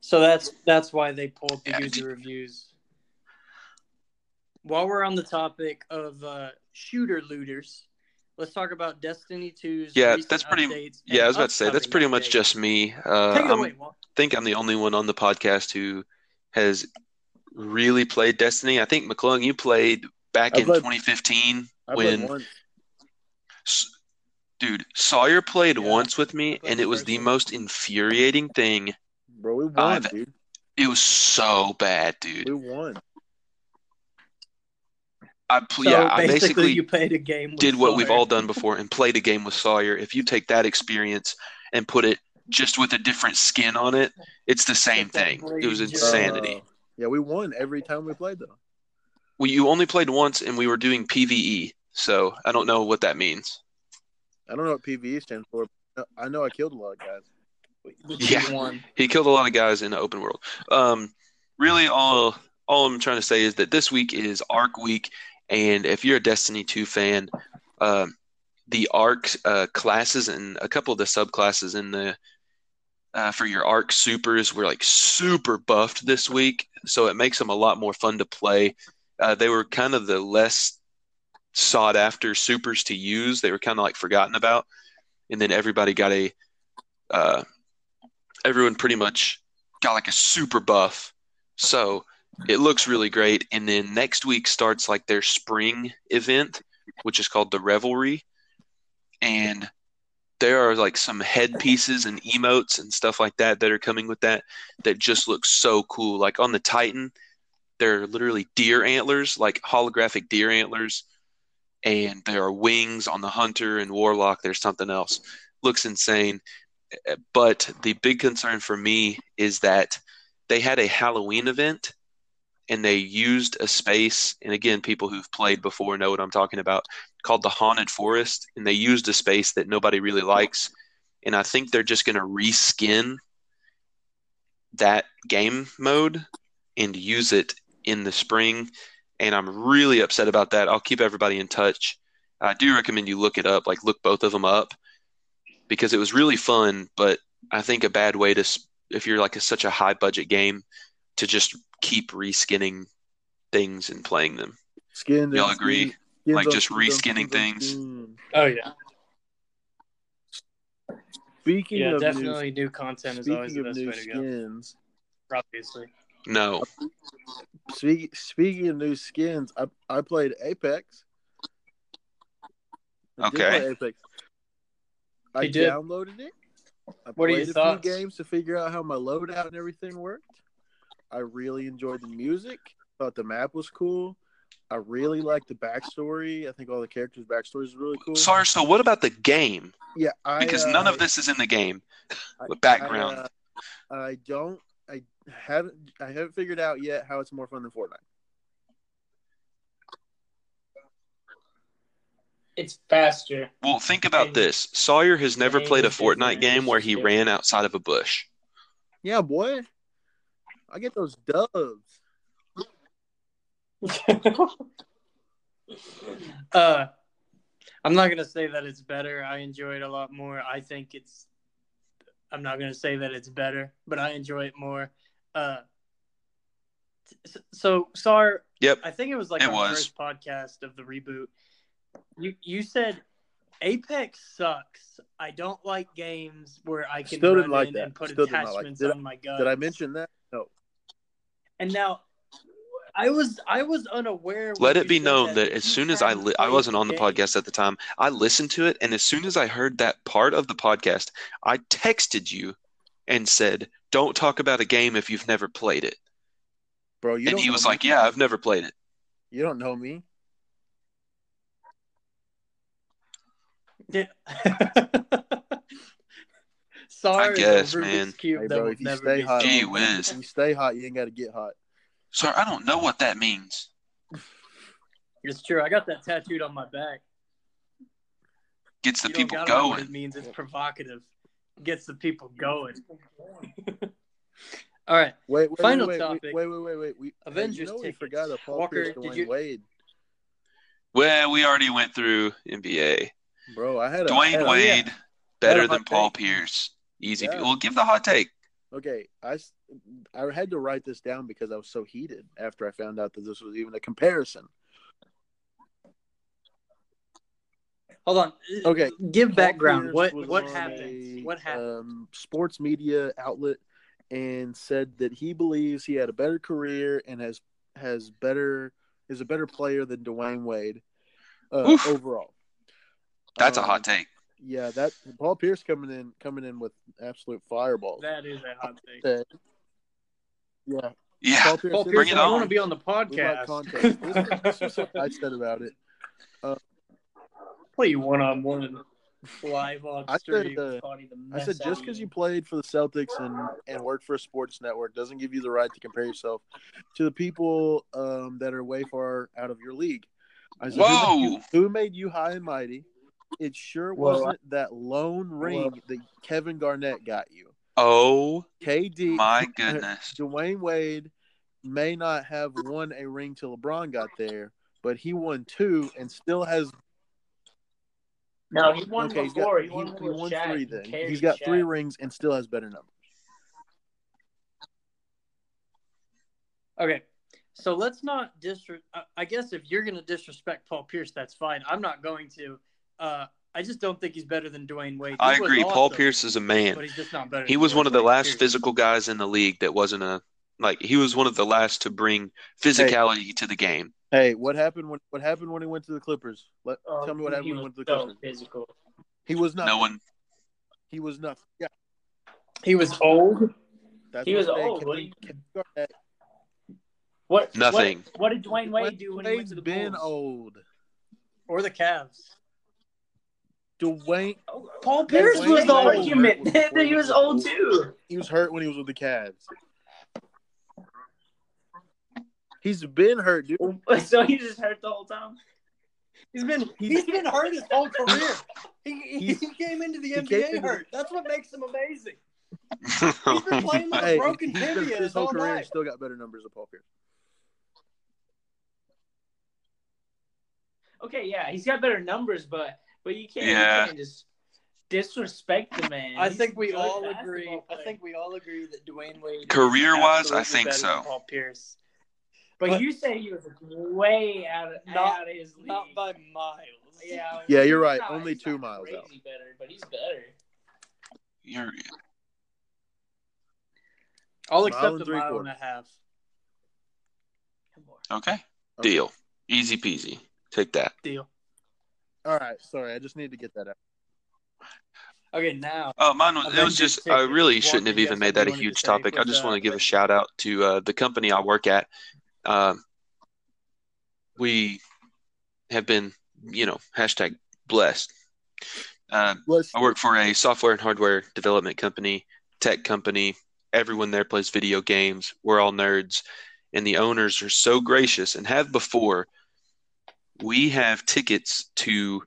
Speaker 1: So that's that's why they pulled the
Speaker 2: Yeah,
Speaker 1: user
Speaker 2: d-
Speaker 1: reviews. While we're on the topic of uh, shooter looters, let's talk about Destiny 2's
Speaker 2: Yeah,
Speaker 1: recent
Speaker 2: that's pretty-
Speaker 1: updates
Speaker 2: yeah. I
Speaker 1: and
Speaker 2: was about to say that's
Speaker 1: upcoming
Speaker 2: pretty much
Speaker 1: updates.
Speaker 2: just me. Uh,
Speaker 1: Take it
Speaker 2: I'm-
Speaker 1: away, Walt.
Speaker 2: think I'm the only one on the podcast who has really played Destiny. I think McClung, you played back
Speaker 4: I
Speaker 2: in
Speaker 4: played-
Speaker 2: 2015
Speaker 4: I played
Speaker 2: when,
Speaker 4: once.
Speaker 2: S- dude, Sawyer played
Speaker 1: Yeah,
Speaker 2: once with me,
Speaker 1: played
Speaker 2: and
Speaker 1: the
Speaker 2: it was
Speaker 1: first
Speaker 2: the
Speaker 1: one.
Speaker 2: most infuriating thing.
Speaker 4: bro. We won,
Speaker 2: I've-
Speaker 4: dude.
Speaker 2: It was so bad, dude.
Speaker 4: We won.
Speaker 2: I pl- yeah, I
Speaker 1: basically,
Speaker 2: basically
Speaker 1: you played a game. With
Speaker 2: did what we've
Speaker 1: fire.
Speaker 2: all done before and played a game with Sawyer. If you take that experience and put it just with a different skin on it, it's the same
Speaker 1: With that
Speaker 2: thing. It was
Speaker 1: rage, uh,
Speaker 2: insanity.
Speaker 4: Uh, yeah, we won every time we played though.
Speaker 2: we you only played once and we were doing PvE, so I don't know what that means.
Speaker 4: I don't know what PVE stands for. but I know I killed a lot of guys.
Speaker 2: Yeah.
Speaker 1: One.
Speaker 2: He killed a lot of guys in the open world. Um, really, all all I'm trying to say is that this week is Arc Week, and if you're a Destiny 2 fan, um, the Arc uh, classes and a couple of the subclasses in the uh, for your Arc supers were like super buffed this week, so it makes them a lot more fun to play. Uh, they were kind of the less sought after supers to use. They were kind of like forgotten about, and then everybody got a uh, everyone pretty much got like a super buff. So it looks really great. And then next week starts like their spring event, which is called the Revelry. And there are like some headpieces and emotes and stuff like that that are coming with that that just look so cool. Like on the Titan, They're literally deer antlers, like holographic deer antlers, and there are wings on the hunter and warlock. There's something else. Looks insane. But the big concern for me is that they had a Halloween event and they used a space and again people who've played before know what i'm talking about called the haunted forest and they used a space that nobody really likes and i think they're just going to reskin that game mode and use it in the spring and i'm really upset about that i'll keep everybody in touch i do recommend you look it up like look both of them up because it was really fun but i think a bad way to if you're like a, such a high budget game to just keep reskinning things and playing them.
Speaker 4: Skin.
Speaker 2: Y'all agree? Like just reskinning things.
Speaker 1: Oh yeah.
Speaker 4: Speaking
Speaker 1: Yeah,
Speaker 4: of
Speaker 1: definitely new content
Speaker 4: New,
Speaker 1: is always
Speaker 4: speaking
Speaker 1: the
Speaker 4: of
Speaker 1: best
Speaker 4: new
Speaker 1: way to go.
Speaker 4: skins.
Speaker 1: Obviously.
Speaker 2: No.
Speaker 4: Speak, speaking of new skins, I I played Apex. I did
Speaker 2: Okay.
Speaker 4: play Apex. I
Speaker 1: You did?
Speaker 4: downloaded it. I
Speaker 1: What are
Speaker 4: played
Speaker 1: your
Speaker 4: a
Speaker 1: thoughts?
Speaker 4: few games to figure out how my loadout and everything worked. I really enjoyed the music. Thought the map was cool. I really liked the backstory. I think all the characters' backstories are really cool.
Speaker 2: Sorry, so what about the game?
Speaker 4: Yeah, I,
Speaker 2: Because
Speaker 4: uh,
Speaker 2: none of this is in the game.
Speaker 4: I-
Speaker 2: The background.
Speaker 4: I, uh, I don't. I haven't. I haven't figured out yet how it's more fun than Fortnite.
Speaker 3: It's faster.
Speaker 2: well, think about this. Sawyer has never
Speaker 3: Game
Speaker 2: played a
Speaker 3: is different,
Speaker 2: Fortnite
Speaker 3: it's
Speaker 2: game where
Speaker 3: just
Speaker 2: he
Speaker 3: different.
Speaker 2: ran outside of a bush.
Speaker 4: Yeah, boy. I get those dubs.
Speaker 1: Uh, I'm not gonna say that it's better. I enjoy it a lot more. I think it's. I'm not gonna say that it's better, but I enjoy it more. Uh, s- so Sar,
Speaker 2: Yep.
Speaker 1: I think it was like
Speaker 2: It
Speaker 1: our
Speaker 2: was.
Speaker 1: first podcast of the reboot. You you said Apex sucks. I don't like games where I can
Speaker 4: Still
Speaker 1: run
Speaker 4: didn't like
Speaker 1: in
Speaker 4: that.
Speaker 1: and put
Speaker 4: Still did not like it.
Speaker 1: attachments
Speaker 4: Did I-
Speaker 1: on my guns.
Speaker 4: Did I mention that? No.
Speaker 1: And now, I was I was unaware. when
Speaker 2: Let
Speaker 1: you
Speaker 2: it be
Speaker 1: said
Speaker 2: known that as
Speaker 1: you
Speaker 2: soon as I
Speaker 1: hadn't
Speaker 2: li- I
Speaker 1: played
Speaker 2: wasn't on the
Speaker 1: game.
Speaker 2: podcast at the time, I listened to it, and as soon as I heard that part of the podcast, I texted you and said, "Don't talk about a game if you've never played it."
Speaker 4: Bro, you
Speaker 2: and
Speaker 4: don't
Speaker 2: he
Speaker 4: know
Speaker 2: was
Speaker 4: me.
Speaker 2: like, "Yeah, I've never played it."
Speaker 4: You don't know me.
Speaker 1: Yeah. Sorry,
Speaker 2: I guess,
Speaker 1: the Rubik's
Speaker 2: man.
Speaker 1: Cube
Speaker 4: Hey,
Speaker 1: that
Speaker 4: bro,
Speaker 1: will
Speaker 4: if you
Speaker 1: never
Speaker 4: stay
Speaker 1: be
Speaker 4: hot,
Speaker 1: solved.
Speaker 2: Gee whiz,
Speaker 4: You stay hot, you ain't got to get hot.
Speaker 2: sir! I don't know what that means.
Speaker 1: It's true. I got that tattooed on my back.
Speaker 2: Gets the
Speaker 1: You don't
Speaker 2: people
Speaker 1: gotta know what It
Speaker 2: going.
Speaker 1: means it's provocative. Gets the people going. All right,
Speaker 4: Wait, wait,
Speaker 1: Final
Speaker 4: wait, wait,
Speaker 1: topic.
Speaker 4: Wait, wait, wait, wait. We, hey,
Speaker 1: Avengers
Speaker 4: you know we
Speaker 1: tickets.
Speaker 4: forgot a Paul
Speaker 1: Walker,
Speaker 4: Pierce
Speaker 1: did
Speaker 4: Dwayne
Speaker 1: you-
Speaker 4: Wade.
Speaker 2: Well, we already went through NBA.
Speaker 4: Bro, I had a
Speaker 2: Dwayne
Speaker 4: had a-
Speaker 2: Wade
Speaker 4: Had
Speaker 2: better
Speaker 4: a hot
Speaker 2: than Paul
Speaker 4: take.
Speaker 2: Pierce. Easy.
Speaker 4: Yeah.
Speaker 2: Well, give the hot take.
Speaker 4: Okay, I, s- I had to write this down because I was so heated after I found out that this was even a comparison.
Speaker 1: hold on.
Speaker 4: Okay,
Speaker 1: Give
Speaker 4: Paul
Speaker 1: background.
Speaker 4: Pierce
Speaker 1: What
Speaker 4: was
Speaker 1: what
Speaker 4: on
Speaker 1: happens?
Speaker 4: a,
Speaker 1: What happens?
Speaker 4: Um, sports media outlet and said that he believes he had a better career and has has better is a better player than Dwayne Wade uh,
Speaker 2: Oof.
Speaker 4: overall.
Speaker 2: That's a
Speaker 4: Um,
Speaker 2: hot take.
Speaker 4: Yeah, that Paul Pierce coming in coming in with absolute fireballs.
Speaker 1: that is a hot take.
Speaker 4: Said- yeah,
Speaker 2: Yeah.
Speaker 4: Paul Pierce.
Speaker 1: Paul
Speaker 4: said-
Speaker 1: Pierce,
Speaker 2: it
Speaker 1: I
Speaker 2: on.
Speaker 1: want to be on the
Speaker 4: We like context. This was- this was what I
Speaker 1: podcast.
Speaker 4: said about it.
Speaker 1: Play you one on one, live on
Speaker 4: I said,
Speaker 1: stream.
Speaker 4: uh,
Speaker 1: Funny the
Speaker 4: I
Speaker 1: mess
Speaker 4: said
Speaker 1: out
Speaker 4: just
Speaker 1: of
Speaker 3: um,
Speaker 4: because
Speaker 1: you.
Speaker 4: you played for the Celtics and, and worked for a sports network doesn't give you the right to compare yourself to the people um, that are way far out of your league. I said, Who made
Speaker 2: Whoa.
Speaker 4: you, who made you high and mighty? It sure
Speaker 1: Whoa.
Speaker 4: wasn't that lone ring that Kevin Garnett got you.
Speaker 2: Oh
Speaker 4: KD,
Speaker 2: my goodness.
Speaker 4: Dwayne Wade may not have won a ring till LeBron got there, but he won two and still has
Speaker 3: No, he won
Speaker 4: okay. He's got,
Speaker 3: before.
Speaker 4: he,
Speaker 3: he won,
Speaker 4: he won three. Then
Speaker 3: he's
Speaker 4: he's got three rings and still has better numbers.
Speaker 1: Okay. So let's not disre I- I guess if you're going to disrespect Paul Pierce, that's fine. I'm not going to. Uh, I just don't think he's better than Dwayne Wade. He
Speaker 2: I
Speaker 1: was
Speaker 2: agree. Paul
Speaker 1: awesome,
Speaker 2: Pierce is a man.
Speaker 1: But he's just not better.
Speaker 2: He
Speaker 1: than
Speaker 2: was
Speaker 1: Dwayne
Speaker 2: one of the
Speaker 1: Wade,
Speaker 2: last
Speaker 1: period.
Speaker 2: physical guys in the league that wasn't a like he was one of the last to bring physicality to the game.
Speaker 4: Hey, what happened when what happened when he went to the Clippers? Let,
Speaker 3: Oh,
Speaker 4: tell me what happened
Speaker 3: he
Speaker 4: when
Speaker 3: was
Speaker 4: he went to the
Speaker 3: so
Speaker 4: Clippers.
Speaker 3: physical.
Speaker 4: He was not.
Speaker 2: No one
Speaker 4: He was not. Yeah,
Speaker 1: He was old.
Speaker 4: that's
Speaker 3: He
Speaker 4: what
Speaker 3: was
Speaker 4: I'm saying.
Speaker 3: old,
Speaker 4: Kevin-
Speaker 3: wasn't he?
Speaker 4: Kevin Garnett
Speaker 3: What
Speaker 2: Nothing.
Speaker 3: What, what did Dwayne Wade do when he went
Speaker 4: Dwayne's
Speaker 3: to the
Speaker 4: been
Speaker 3: Bulls?
Speaker 4: old.
Speaker 1: or the Cavs.
Speaker 4: Dwayne,
Speaker 3: Paul Pierce
Speaker 4: Dwayne
Speaker 3: was the
Speaker 4: Wade
Speaker 3: argument
Speaker 4: was
Speaker 3: that he was old
Speaker 4: old.
Speaker 3: too.
Speaker 4: he was hurt when he was with the Cavs. He's been hurt, dude.
Speaker 3: So he just hurt the whole time.
Speaker 1: He's been he's
Speaker 4: He's-
Speaker 1: been hurt his whole career. He, he, he
Speaker 4: He's-
Speaker 1: came into the
Speaker 4: he
Speaker 1: NBA
Speaker 4: came into-
Speaker 1: hurt. That's what makes him amazing.
Speaker 2: Oh
Speaker 1: He's been playing with a
Speaker 4: Hey,
Speaker 1: broken
Speaker 4: he's been
Speaker 1: tibia
Speaker 4: hurt
Speaker 1: his
Speaker 4: his whole
Speaker 1: whole
Speaker 4: career and
Speaker 1: life.
Speaker 4: still got better numbers than Paul Pierce.
Speaker 3: Okay, yeah, he's got better numbers, but but you can't,
Speaker 2: Yeah.
Speaker 3: you can't just disrespect the man.
Speaker 1: I
Speaker 3: He's
Speaker 1: think
Speaker 3: a
Speaker 1: we
Speaker 3: good
Speaker 1: all
Speaker 3: basketball
Speaker 1: agree. I
Speaker 3: player.
Speaker 1: think we all agree that Dwayne Wade is
Speaker 2: Career-wise, I
Speaker 1: absolutely
Speaker 2: think
Speaker 1: better than
Speaker 2: so.
Speaker 1: Paul Pierce,
Speaker 3: But,
Speaker 1: but-
Speaker 3: you say he was way out of
Speaker 1: Not-
Speaker 3: out of his league.
Speaker 1: not by miles.
Speaker 3: yeah,
Speaker 4: Yeah, you're
Speaker 3: he's
Speaker 4: right.
Speaker 3: not-
Speaker 4: Only
Speaker 3: he's
Speaker 4: two
Speaker 3: not
Speaker 4: miles
Speaker 3: crazy
Speaker 4: out.
Speaker 3: Better, but he's better.
Speaker 2: You're,
Speaker 1: I'll
Speaker 4: Mile
Speaker 1: accept
Speaker 4: and
Speaker 1: a
Speaker 4: three
Speaker 1: mile and
Speaker 4: quarters.
Speaker 1: a half.
Speaker 3: Come on.
Speaker 2: okay.
Speaker 4: Okay.
Speaker 2: Deal. Easy peasy. Take that.
Speaker 1: Deal.
Speaker 4: All right, sorry. I just need to get that out.
Speaker 1: Okay, now
Speaker 2: Oh, mine was, it was
Speaker 1: Avengers
Speaker 2: just, I
Speaker 1: ticket.
Speaker 2: really
Speaker 1: Walker,
Speaker 2: shouldn't have
Speaker 1: you
Speaker 2: even
Speaker 1: got
Speaker 2: made that
Speaker 1: something
Speaker 2: a
Speaker 1: you wanted to
Speaker 2: huge
Speaker 1: say
Speaker 2: topic. I
Speaker 1: with,
Speaker 2: just
Speaker 1: uh,
Speaker 2: want to give a shout out to uh, the company I work at. Um, we have been, you know, hashtag blessed. Um,
Speaker 4: Let's
Speaker 2: I work for a software and hardware development company, tech company. Everyone there plays video games. We're all nerds. And the owners are so gracious and have before. We have tickets to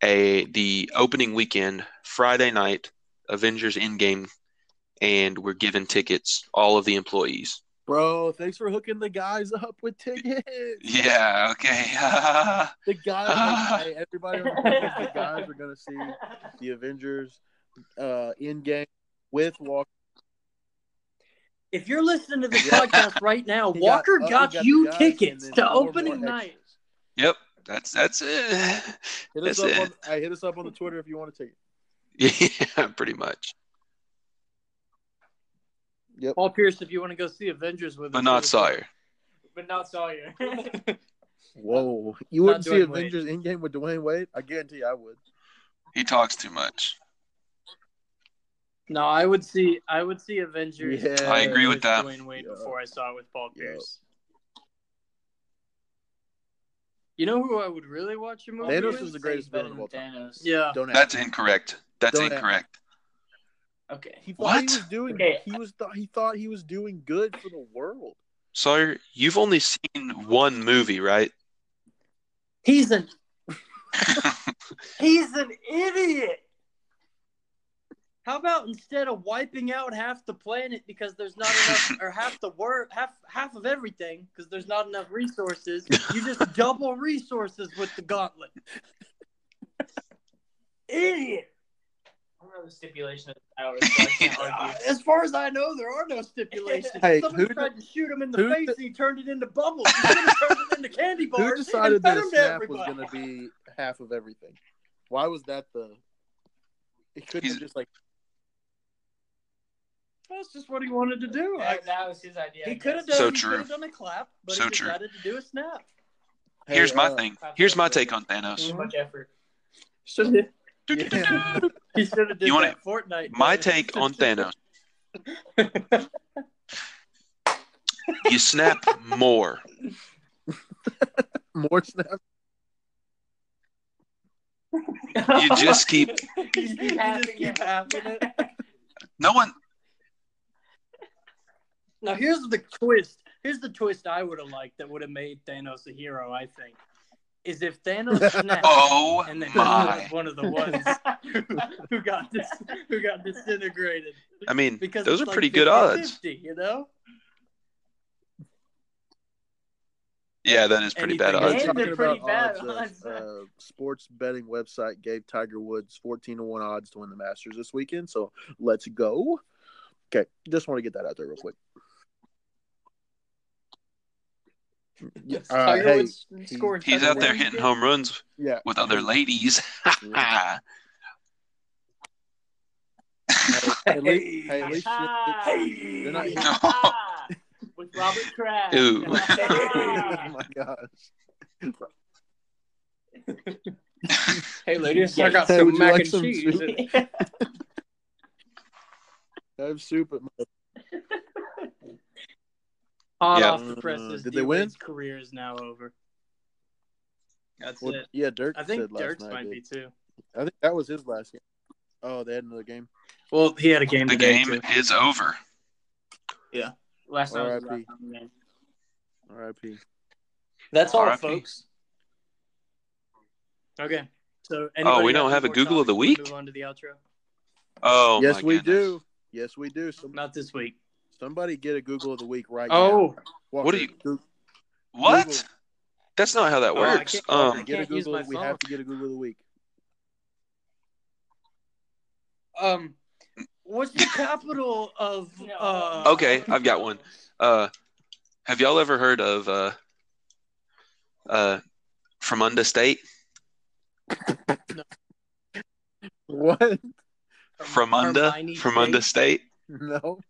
Speaker 2: a the opening weekend, Friday night, Avengers Endgame, and we're given tickets, all of the employees.
Speaker 4: Bro, thanks for hooking the guys up with tickets.
Speaker 2: Yeah, okay.
Speaker 4: The guys,
Speaker 2: Ah.
Speaker 4: hey, everybody, on the tickets, the guys are gonna see the Avengers uh, in game with Walker.
Speaker 1: if you're listening to this
Speaker 4: Yeah.
Speaker 1: podcast right now,
Speaker 4: He
Speaker 1: Walker got,
Speaker 4: got- he got the
Speaker 1: you
Speaker 4: guys and
Speaker 1: tickets
Speaker 4: then
Speaker 1: to
Speaker 4: four more
Speaker 1: opening
Speaker 4: extras.
Speaker 1: night.
Speaker 2: yep, that's that's it.
Speaker 4: Hit us
Speaker 2: That's
Speaker 4: up
Speaker 2: it.
Speaker 4: on, hey, hit us up on the Twitter if you want to take it.
Speaker 2: Yeah, pretty much.
Speaker 4: Yep.
Speaker 1: Paul Pierce, if you want to go see Avengers with
Speaker 2: But
Speaker 1: us,
Speaker 2: not Sawyer.
Speaker 3: but not Sawyer.
Speaker 4: Whoa, you wouldn't see
Speaker 1: Dwayne Wade.
Speaker 4: Avengers in game with Dwayne Wade? I guarantee you I would.
Speaker 2: He talks too much.
Speaker 1: No, I would see. I would see Avengers.
Speaker 4: Yeah. I
Speaker 2: agree with that.
Speaker 1: Dwayne Wade
Speaker 4: Yeah.
Speaker 1: before I saw it with Paul
Speaker 4: Yeah.
Speaker 1: Pierce. You know who I would really watch a movie?
Speaker 4: Thanos
Speaker 1: with?
Speaker 4: is the greatest
Speaker 3: He's better
Speaker 4: villain of
Speaker 3: than Thanos.
Speaker 1: Yeah,
Speaker 4: Don't ask.
Speaker 2: That's incorrect. That's
Speaker 4: Don't ask.
Speaker 2: incorrect.
Speaker 3: Okay.
Speaker 4: He thought he
Speaker 2: What?
Speaker 4: was doing.
Speaker 3: Okay.
Speaker 4: He was thought he thought he was doing good for the world.
Speaker 2: Sawyer, you've only seen one movie, right?
Speaker 1: he's an he's an idiot. How about instead of wiping out half the planet because there's not enough, or half the word, half half of everything because there's not enough resources, you just double resources with the gauntlet. Idiot.
Speaker 3: I don't know the stipulation of the hours, so I can't argue.
Speaker 1: Uh, As far as I know, there are no stipulations.
Speaker 4: Hey,
Speaker 1: Someone
Speaker 4: who
Speaker 1: tried to shoot him in the
Speaker 4: who
Speaker 1: face,
Speaker 4: de-
Speaker 1: and he turned it into bubbles. He should have turned it into candy bars.
Speaker 4: Who decided
Speaker 1: and
Speaker 4: that
Speaker 1: fed
Speaker 4: a
Speaker 1: them to
Speaker 4: snap was
Speaker 1: everybody.
Speaker 4: going to be half of everything? Why was that the? It couldn't
Speaker 2: He's-
Speaker 4: have just like
Speaker 1: That's just what he wanted to do. I-
Speaker 3: That, that was his idea. I
Speaker 1: he
Speaker 3: guess.
Speaker 1: could have done.
Speaker 2: So
Speaker 1: he
Speaker 2: true.
Speaker 1: could have done a clap, but
Speaker 2: So
Speaker 1: he
Speaker 2: true.
Speaker 1: decided to do a snap.
Speaker 4: hey,
Speaker 2: Here's my
Speaker 4: uh,
Speaker 2: thing. Here's my take on Thanos.
Speaker 3: Too much effort.
Speaker 1: Should have.
Speaker 4: Yeah.
Speaker 1: He should have did
Speaker 2: You wanna-
Speaker 1: that Fortnite.
Speaker 2: My take on Thanos. You snap more.
Speaker 4: More snaps.
Speaker 2: You just keep
Speaker 1: you just keep having it.
Speaker 2: no one
Speaker 1: Now here's the twist. Here's the twist I would have liked that would have made Thanos a hero. I think is if Thanos snapped
Speaker 2: Oh
Speaker 1: and then he was
Speaker 2: my.
Speaker 1: one of the ones who got dis- who got disintegrated
Speaker 2: I mean,
Speaker 1: because
Speaker 2: those
Speaker 1: it's
Speaker 2: are
Speaker 1: like
Speaker 2: pretty good
Speaker 1: 50-50,
Speaker 2: odds.
Speaker 1: you know.
Speaker 2: Yeah, that is pretty bad
Speaker 1: Anything.
Speaker 2: odds.
Speaker 3: Hey,
Speaker 4: Talking
Speaker 3: they're pretty bad
Speaker 4: about odds,
Speaker 3: odds.
Speaker 4: uh, uh, sports betting website gave Tiger Woods fourteen to one odds to win the Masters this weekend. So let's go. Okay, just want to get that out there real quick. Yeah, uh,
Speaker 1: Tiger
Speaker 4: hey,
Speaker 1: Woods scored
Speaker 2: He's
Speaker 1: seven
Speaker 2: out there
Speaker 1: runs.
Speaker 2: hitting home runs
Speaker 4: yeah.
Speaker 2: with other ladies.
Speaker 4: At least, hey, at least
Speaker 3: Hey.
Speaker 4: They're not-
Speaker 3: With Robert Kraft.
Speaker 2: Ooh.
Speaker 4: oh my gosh!
Speaker 1: Hey, ladies,
Speaker 3: I
Speaker 1: I got
Speaker 3: got
Speaker 4: Hey, some
Speaker 1: some
Speaker 4: would you mac
Speaker 1: mac
Speaker 4: like and
Speaker 1: and
Speaker 4: some cheese.
Speaker 1: cheese.
Speaker 4: soup? I have soup at my
Speaker 3: "Ah."
Speaker 1: Hot
Speaker 2: Yeah.
Speaker 1: off the presses.
Speaker 4: Did they
Speaker 1: D-Wade's
Speaker 4: win?
Speaker 1: Career is now over. That's
Speaker 4: Well,
Speaker 1: it.
Speaker 4: yeah, Dirk
Speaker 1: I think
Speaker 4: said last
Speaker 1: Dirks
Speaker 4: night.
Speaker 1: might
Speaker 4: dude.
Speaker 1: be too.
Speaker 4: I think that was his last game. Oh, they had another game.
Speaker 1: Well, he had a game.
Speaker 2: The
Speaker 1: today,
Speaker 2: game
Speaker 1: too.
Speaker 2: is over.
Speaker 3: Last night was the last
Speaker 4: RIP.
Speaker 3: time we met.
Speaker 4: R.I.P.
Speaker 1: That's all,
Speaker 2: RIP.
Speaker 1: folks. Okay. So,
Speaker 2: Oh, we
Speaker 1: anybody
Speaker 2: don't
Speaker 1: got
Speaker 2: have
Speaker 1: any
Speaker 2: a
Speaker 1: more
Speaker 2: Google of the
Speaker 1: topics? We'll
Speaker 2: week?
Speaker 1: Move on to the outro.
Speaker 2: Oh,
Speaker 4: yes,
Speaker 2: my
Speaker 4: we
Speaker 2: goodness.
Speaker 4: do. Yes, we do. Some,
Speaker 1: Not this week.
Speaker 4: somebody get a Google of the week right now.
Speaker 1: Oh,
Speaker 4: Walker,
Speaker 2: What do you-
Speaker 4: Google-
Speaker 2: What?
Speaker 4: Google.
Speaker 2: That's not how that
Speaker 1: Oh, I
Speaker 2: works.
Speaker 1: can't-
Speaker 2: um,
Speaker 4: get a
Speaker 1: can't use
Speaker 4: Google.
Speaker 1: my
Speaker 4: We
Speaker 1: phone.
Speaker 4: have to get a Google of the week.
Speaker 1: um, what's the capital of? Uh,
Speaker 2: Okay, I've got one. uh, have y'all ever heard of uh, uh, from Unda State?
Speaker 4: What?
Speaker 2: From
Speaker 1: Hermione
Speaker 2: Unda? From Unda
Speaker 1: State?
Speaker 2: State?
Speaker 4: No.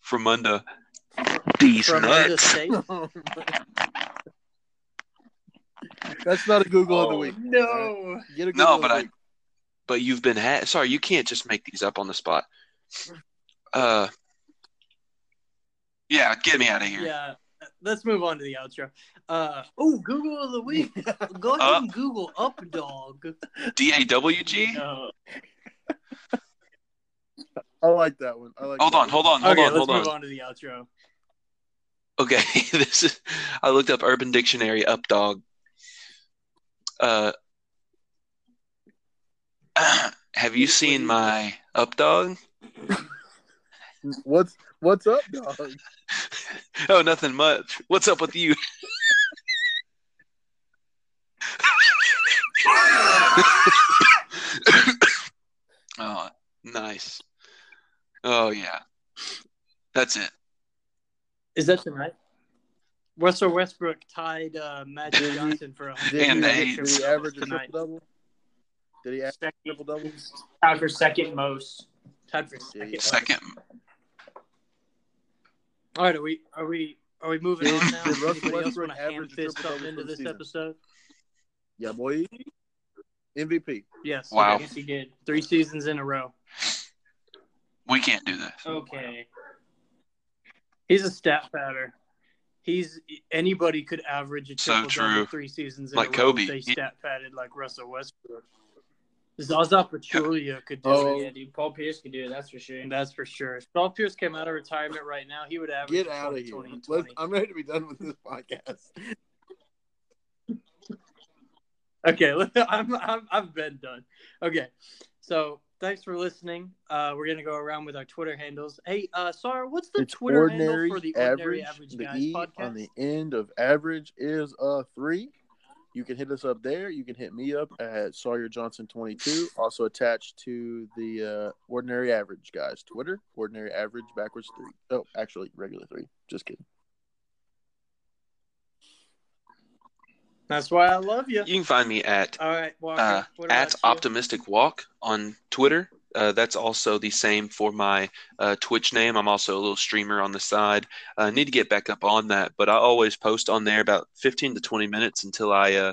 Speaker 2: From Unda. These
Speaker 1: From Unda
Speaker 2: nuts.
Speaker 1: State.
Speaker 4: That's not a Google of the
Speaker 1: Oh,
Speaker 4: week.
Speaker 1: No.
Speaker 4: Get a Google
Speaker 2: No,
Speaker 4: of
Speaker 2: but
Speaker 4: the
Speaker 2: I.
Speaker 4: week.
Speaker 2: But you've been ha- sorry. You can't just make these up on the spot. Uh. Yeah, get me out of here.
Speaker 1: Yeah. Let's move on to the outro. Uh, oh, Google of the week. Go ahead
Speaker 2: Uh,
Speaker 1: and Google up dog.
Speaker 2: D A W G.
Speaker 3: No.
Speaker 4: I like that one. I like
Speaker 2: Hold
Speaker 4: that
Speaker 2: on,
Speaker 4: one.
Speaker 2: hold on, hold
Speaker 1: okay,
Speaker 2: on,
Speaker 1: let's
Speaker 2: hold on.
Speaker 1: move on to the outro.
Speaker 2: Okay, this is. I looked up Urban Dictionary up dog. Uh, have you seen my up dog?
Speaker 4: What's what's up, dog?
Speaker 2: Oh, nothing much. What's up with you? oh, nice. Oh yeah, that's it.
Speaker 1: Is that tonight? Russell Westbrook tied uh, Magic Johnson for a
Speaker 4: Did
Speaker 2: And
Speaker 4: he,
Speaker 2: the
Speaker 4: did
Speaker 2: AIDS.
Speaker 4: he average a
Speaker 1: Tonight.
Speaker 4: triple double? Did he average
Speaker 3: Second,
Speaker 4: a triple double?
Speaker 3: tied for second most.
Speaker 1: tied for second.
Speaker 4: Yeah.
Speaker 2: Second,
Speaker 1: All right, are we are we are we moving on now?
Speaker 4: Did Russell
Speaker 1: Anybody else
Speaker 4: Westbrook
Speaker 1: want to
Speaker 4: average a
Speaker 1: hand fist
Speaker 4: triple-double
Speaker 1: something into
Speaker 4: for the
Speaker 1: this
Speaker 4: season?
Speaker 1: episode?
Speaker 4: Yeah, boy. MVP.
Speaker 1: Yes.
Speaker 2: Wow.
Speaker 3: I guess he did.
Speaker 1: Three seasons in a row.
Speaker 2: we can't do this.
Speaker 3: Okay.
Speaker 1: He's a stat patter. He's anybody could average a
Speaker 2: So
Speaker 1: triple
Speaker 2: true.
Speaker 1: double three seasons in
Speaker 2: Like
Speaker 1: a row.
Speaker 2: Kobe.
Speaker 1: If they stat padded like Russell Westbrook. Zaza Pachulia could do
Speaker 4: Oh.
Speaker 1: it,
Speaker 3: Yeah, dude. Paul Pierce can do it. That's for sure.
Speaker 1: and that's for sure. If Paul Pierce came out of retirement right now, he would average
Speaker 4: Get out of
Speaker 1: 20,
Speaker 4: here.
Speaker 1: 20, and
Speaker 4: Let's,
Speaker 1: 20.
Speaker 4: I'm ready to be done with this podcast.
Speaker 1: Okay, I'm, I'm, I've been done. Okay, so thanks for listening. Uh, we're gonna go around with our Twitter handles. Hey, uh, Sar, what's the
Speaker 4: It's
Speaker 1: Twitter
Speaker 4: ordinary
Speaker 1: handle for the Ordinary
Speaker 4: average.
Speaker 1: Average
Speaker 4: the
Speaker 1: Guys
Speaker 4: E
Speaker 1: podcast?
Speaker 4: on the end of average is a three. You can hit us up there. You can hit me up at Sawyer Johnson twenty two. Also attached to the uh, ordinary average guys Twitter. Ordinary average backwards three. Oh, actually regular three. Just kidding.
Speaker 1: That's why I love you.
Speaker 2: You can find me at
Speaker 1: All right, Walker.
Speaker 2: uh,
Speaker 1: what about
Speaker 2: at
Speaker 1: you?
Speaker 2: optimistic walk on twitter uh, that's also the same for my uh, twitch name i'm also a little streamer on the side Uh, i need to get back up on that but i always post on there about 15 to 20 minutes until i uh,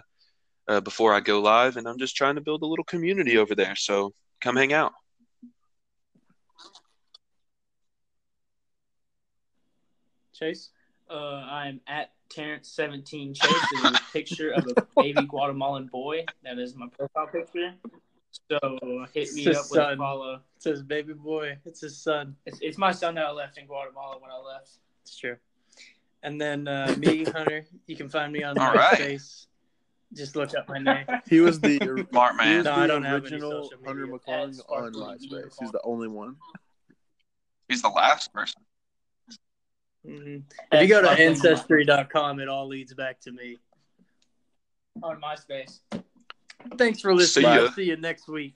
Speaker 2: uh, before i go live and i'm just trying to build a little community over there so come hang out
Speaker 1: Chase.
Speaker 3: Uh, I'm at Terrence17 Chase. There's a picture of a baby Guatemalan boy. That is my profile picture. So hit
Speaker 1: It's
Speaker 3: me
Speaker 1: his
Speaker 3: up with a
Speaker 1: son.
Speaker 3: follow.
Speaker 1: It says baby boy. It's his son.
Speaker 3: It's, it's my son that I left in Guatemala when I left.
Speaker 1: It's true. And then uh, me, Hunter. You can find me on
Speaker 2: All right.
Speaker 1: MySpace. Just look up my name.
Speaker 4: He was the
Speaker 2: smart
Speaker 4: he
Speaker 2: man
Speaker 4: was
Speaker 1: No, I don't
Speaker 4: the
Speaker 1: have any
Speaker 4: original
Speaker 1: social media.
Speaker 4: Hunter
Speaker 3: At
Speaker 4: McClung on
Speaker 3: Sparkle
Speaker 4: MySpace.
Speaker 3: Unicorn.
Speaker 4: He's the only one.
Speaker 2: he's the last person
Speaker 1: Mhm. If you go to
Speaker 3: That's my-
Speaker 1: ancestry.com, it all leads back to me.
Speaker 3: on MySpace.
Speaker 1: Thanks for listening.
Speaker 2: ya.
Speaker 1: I'll see you next week.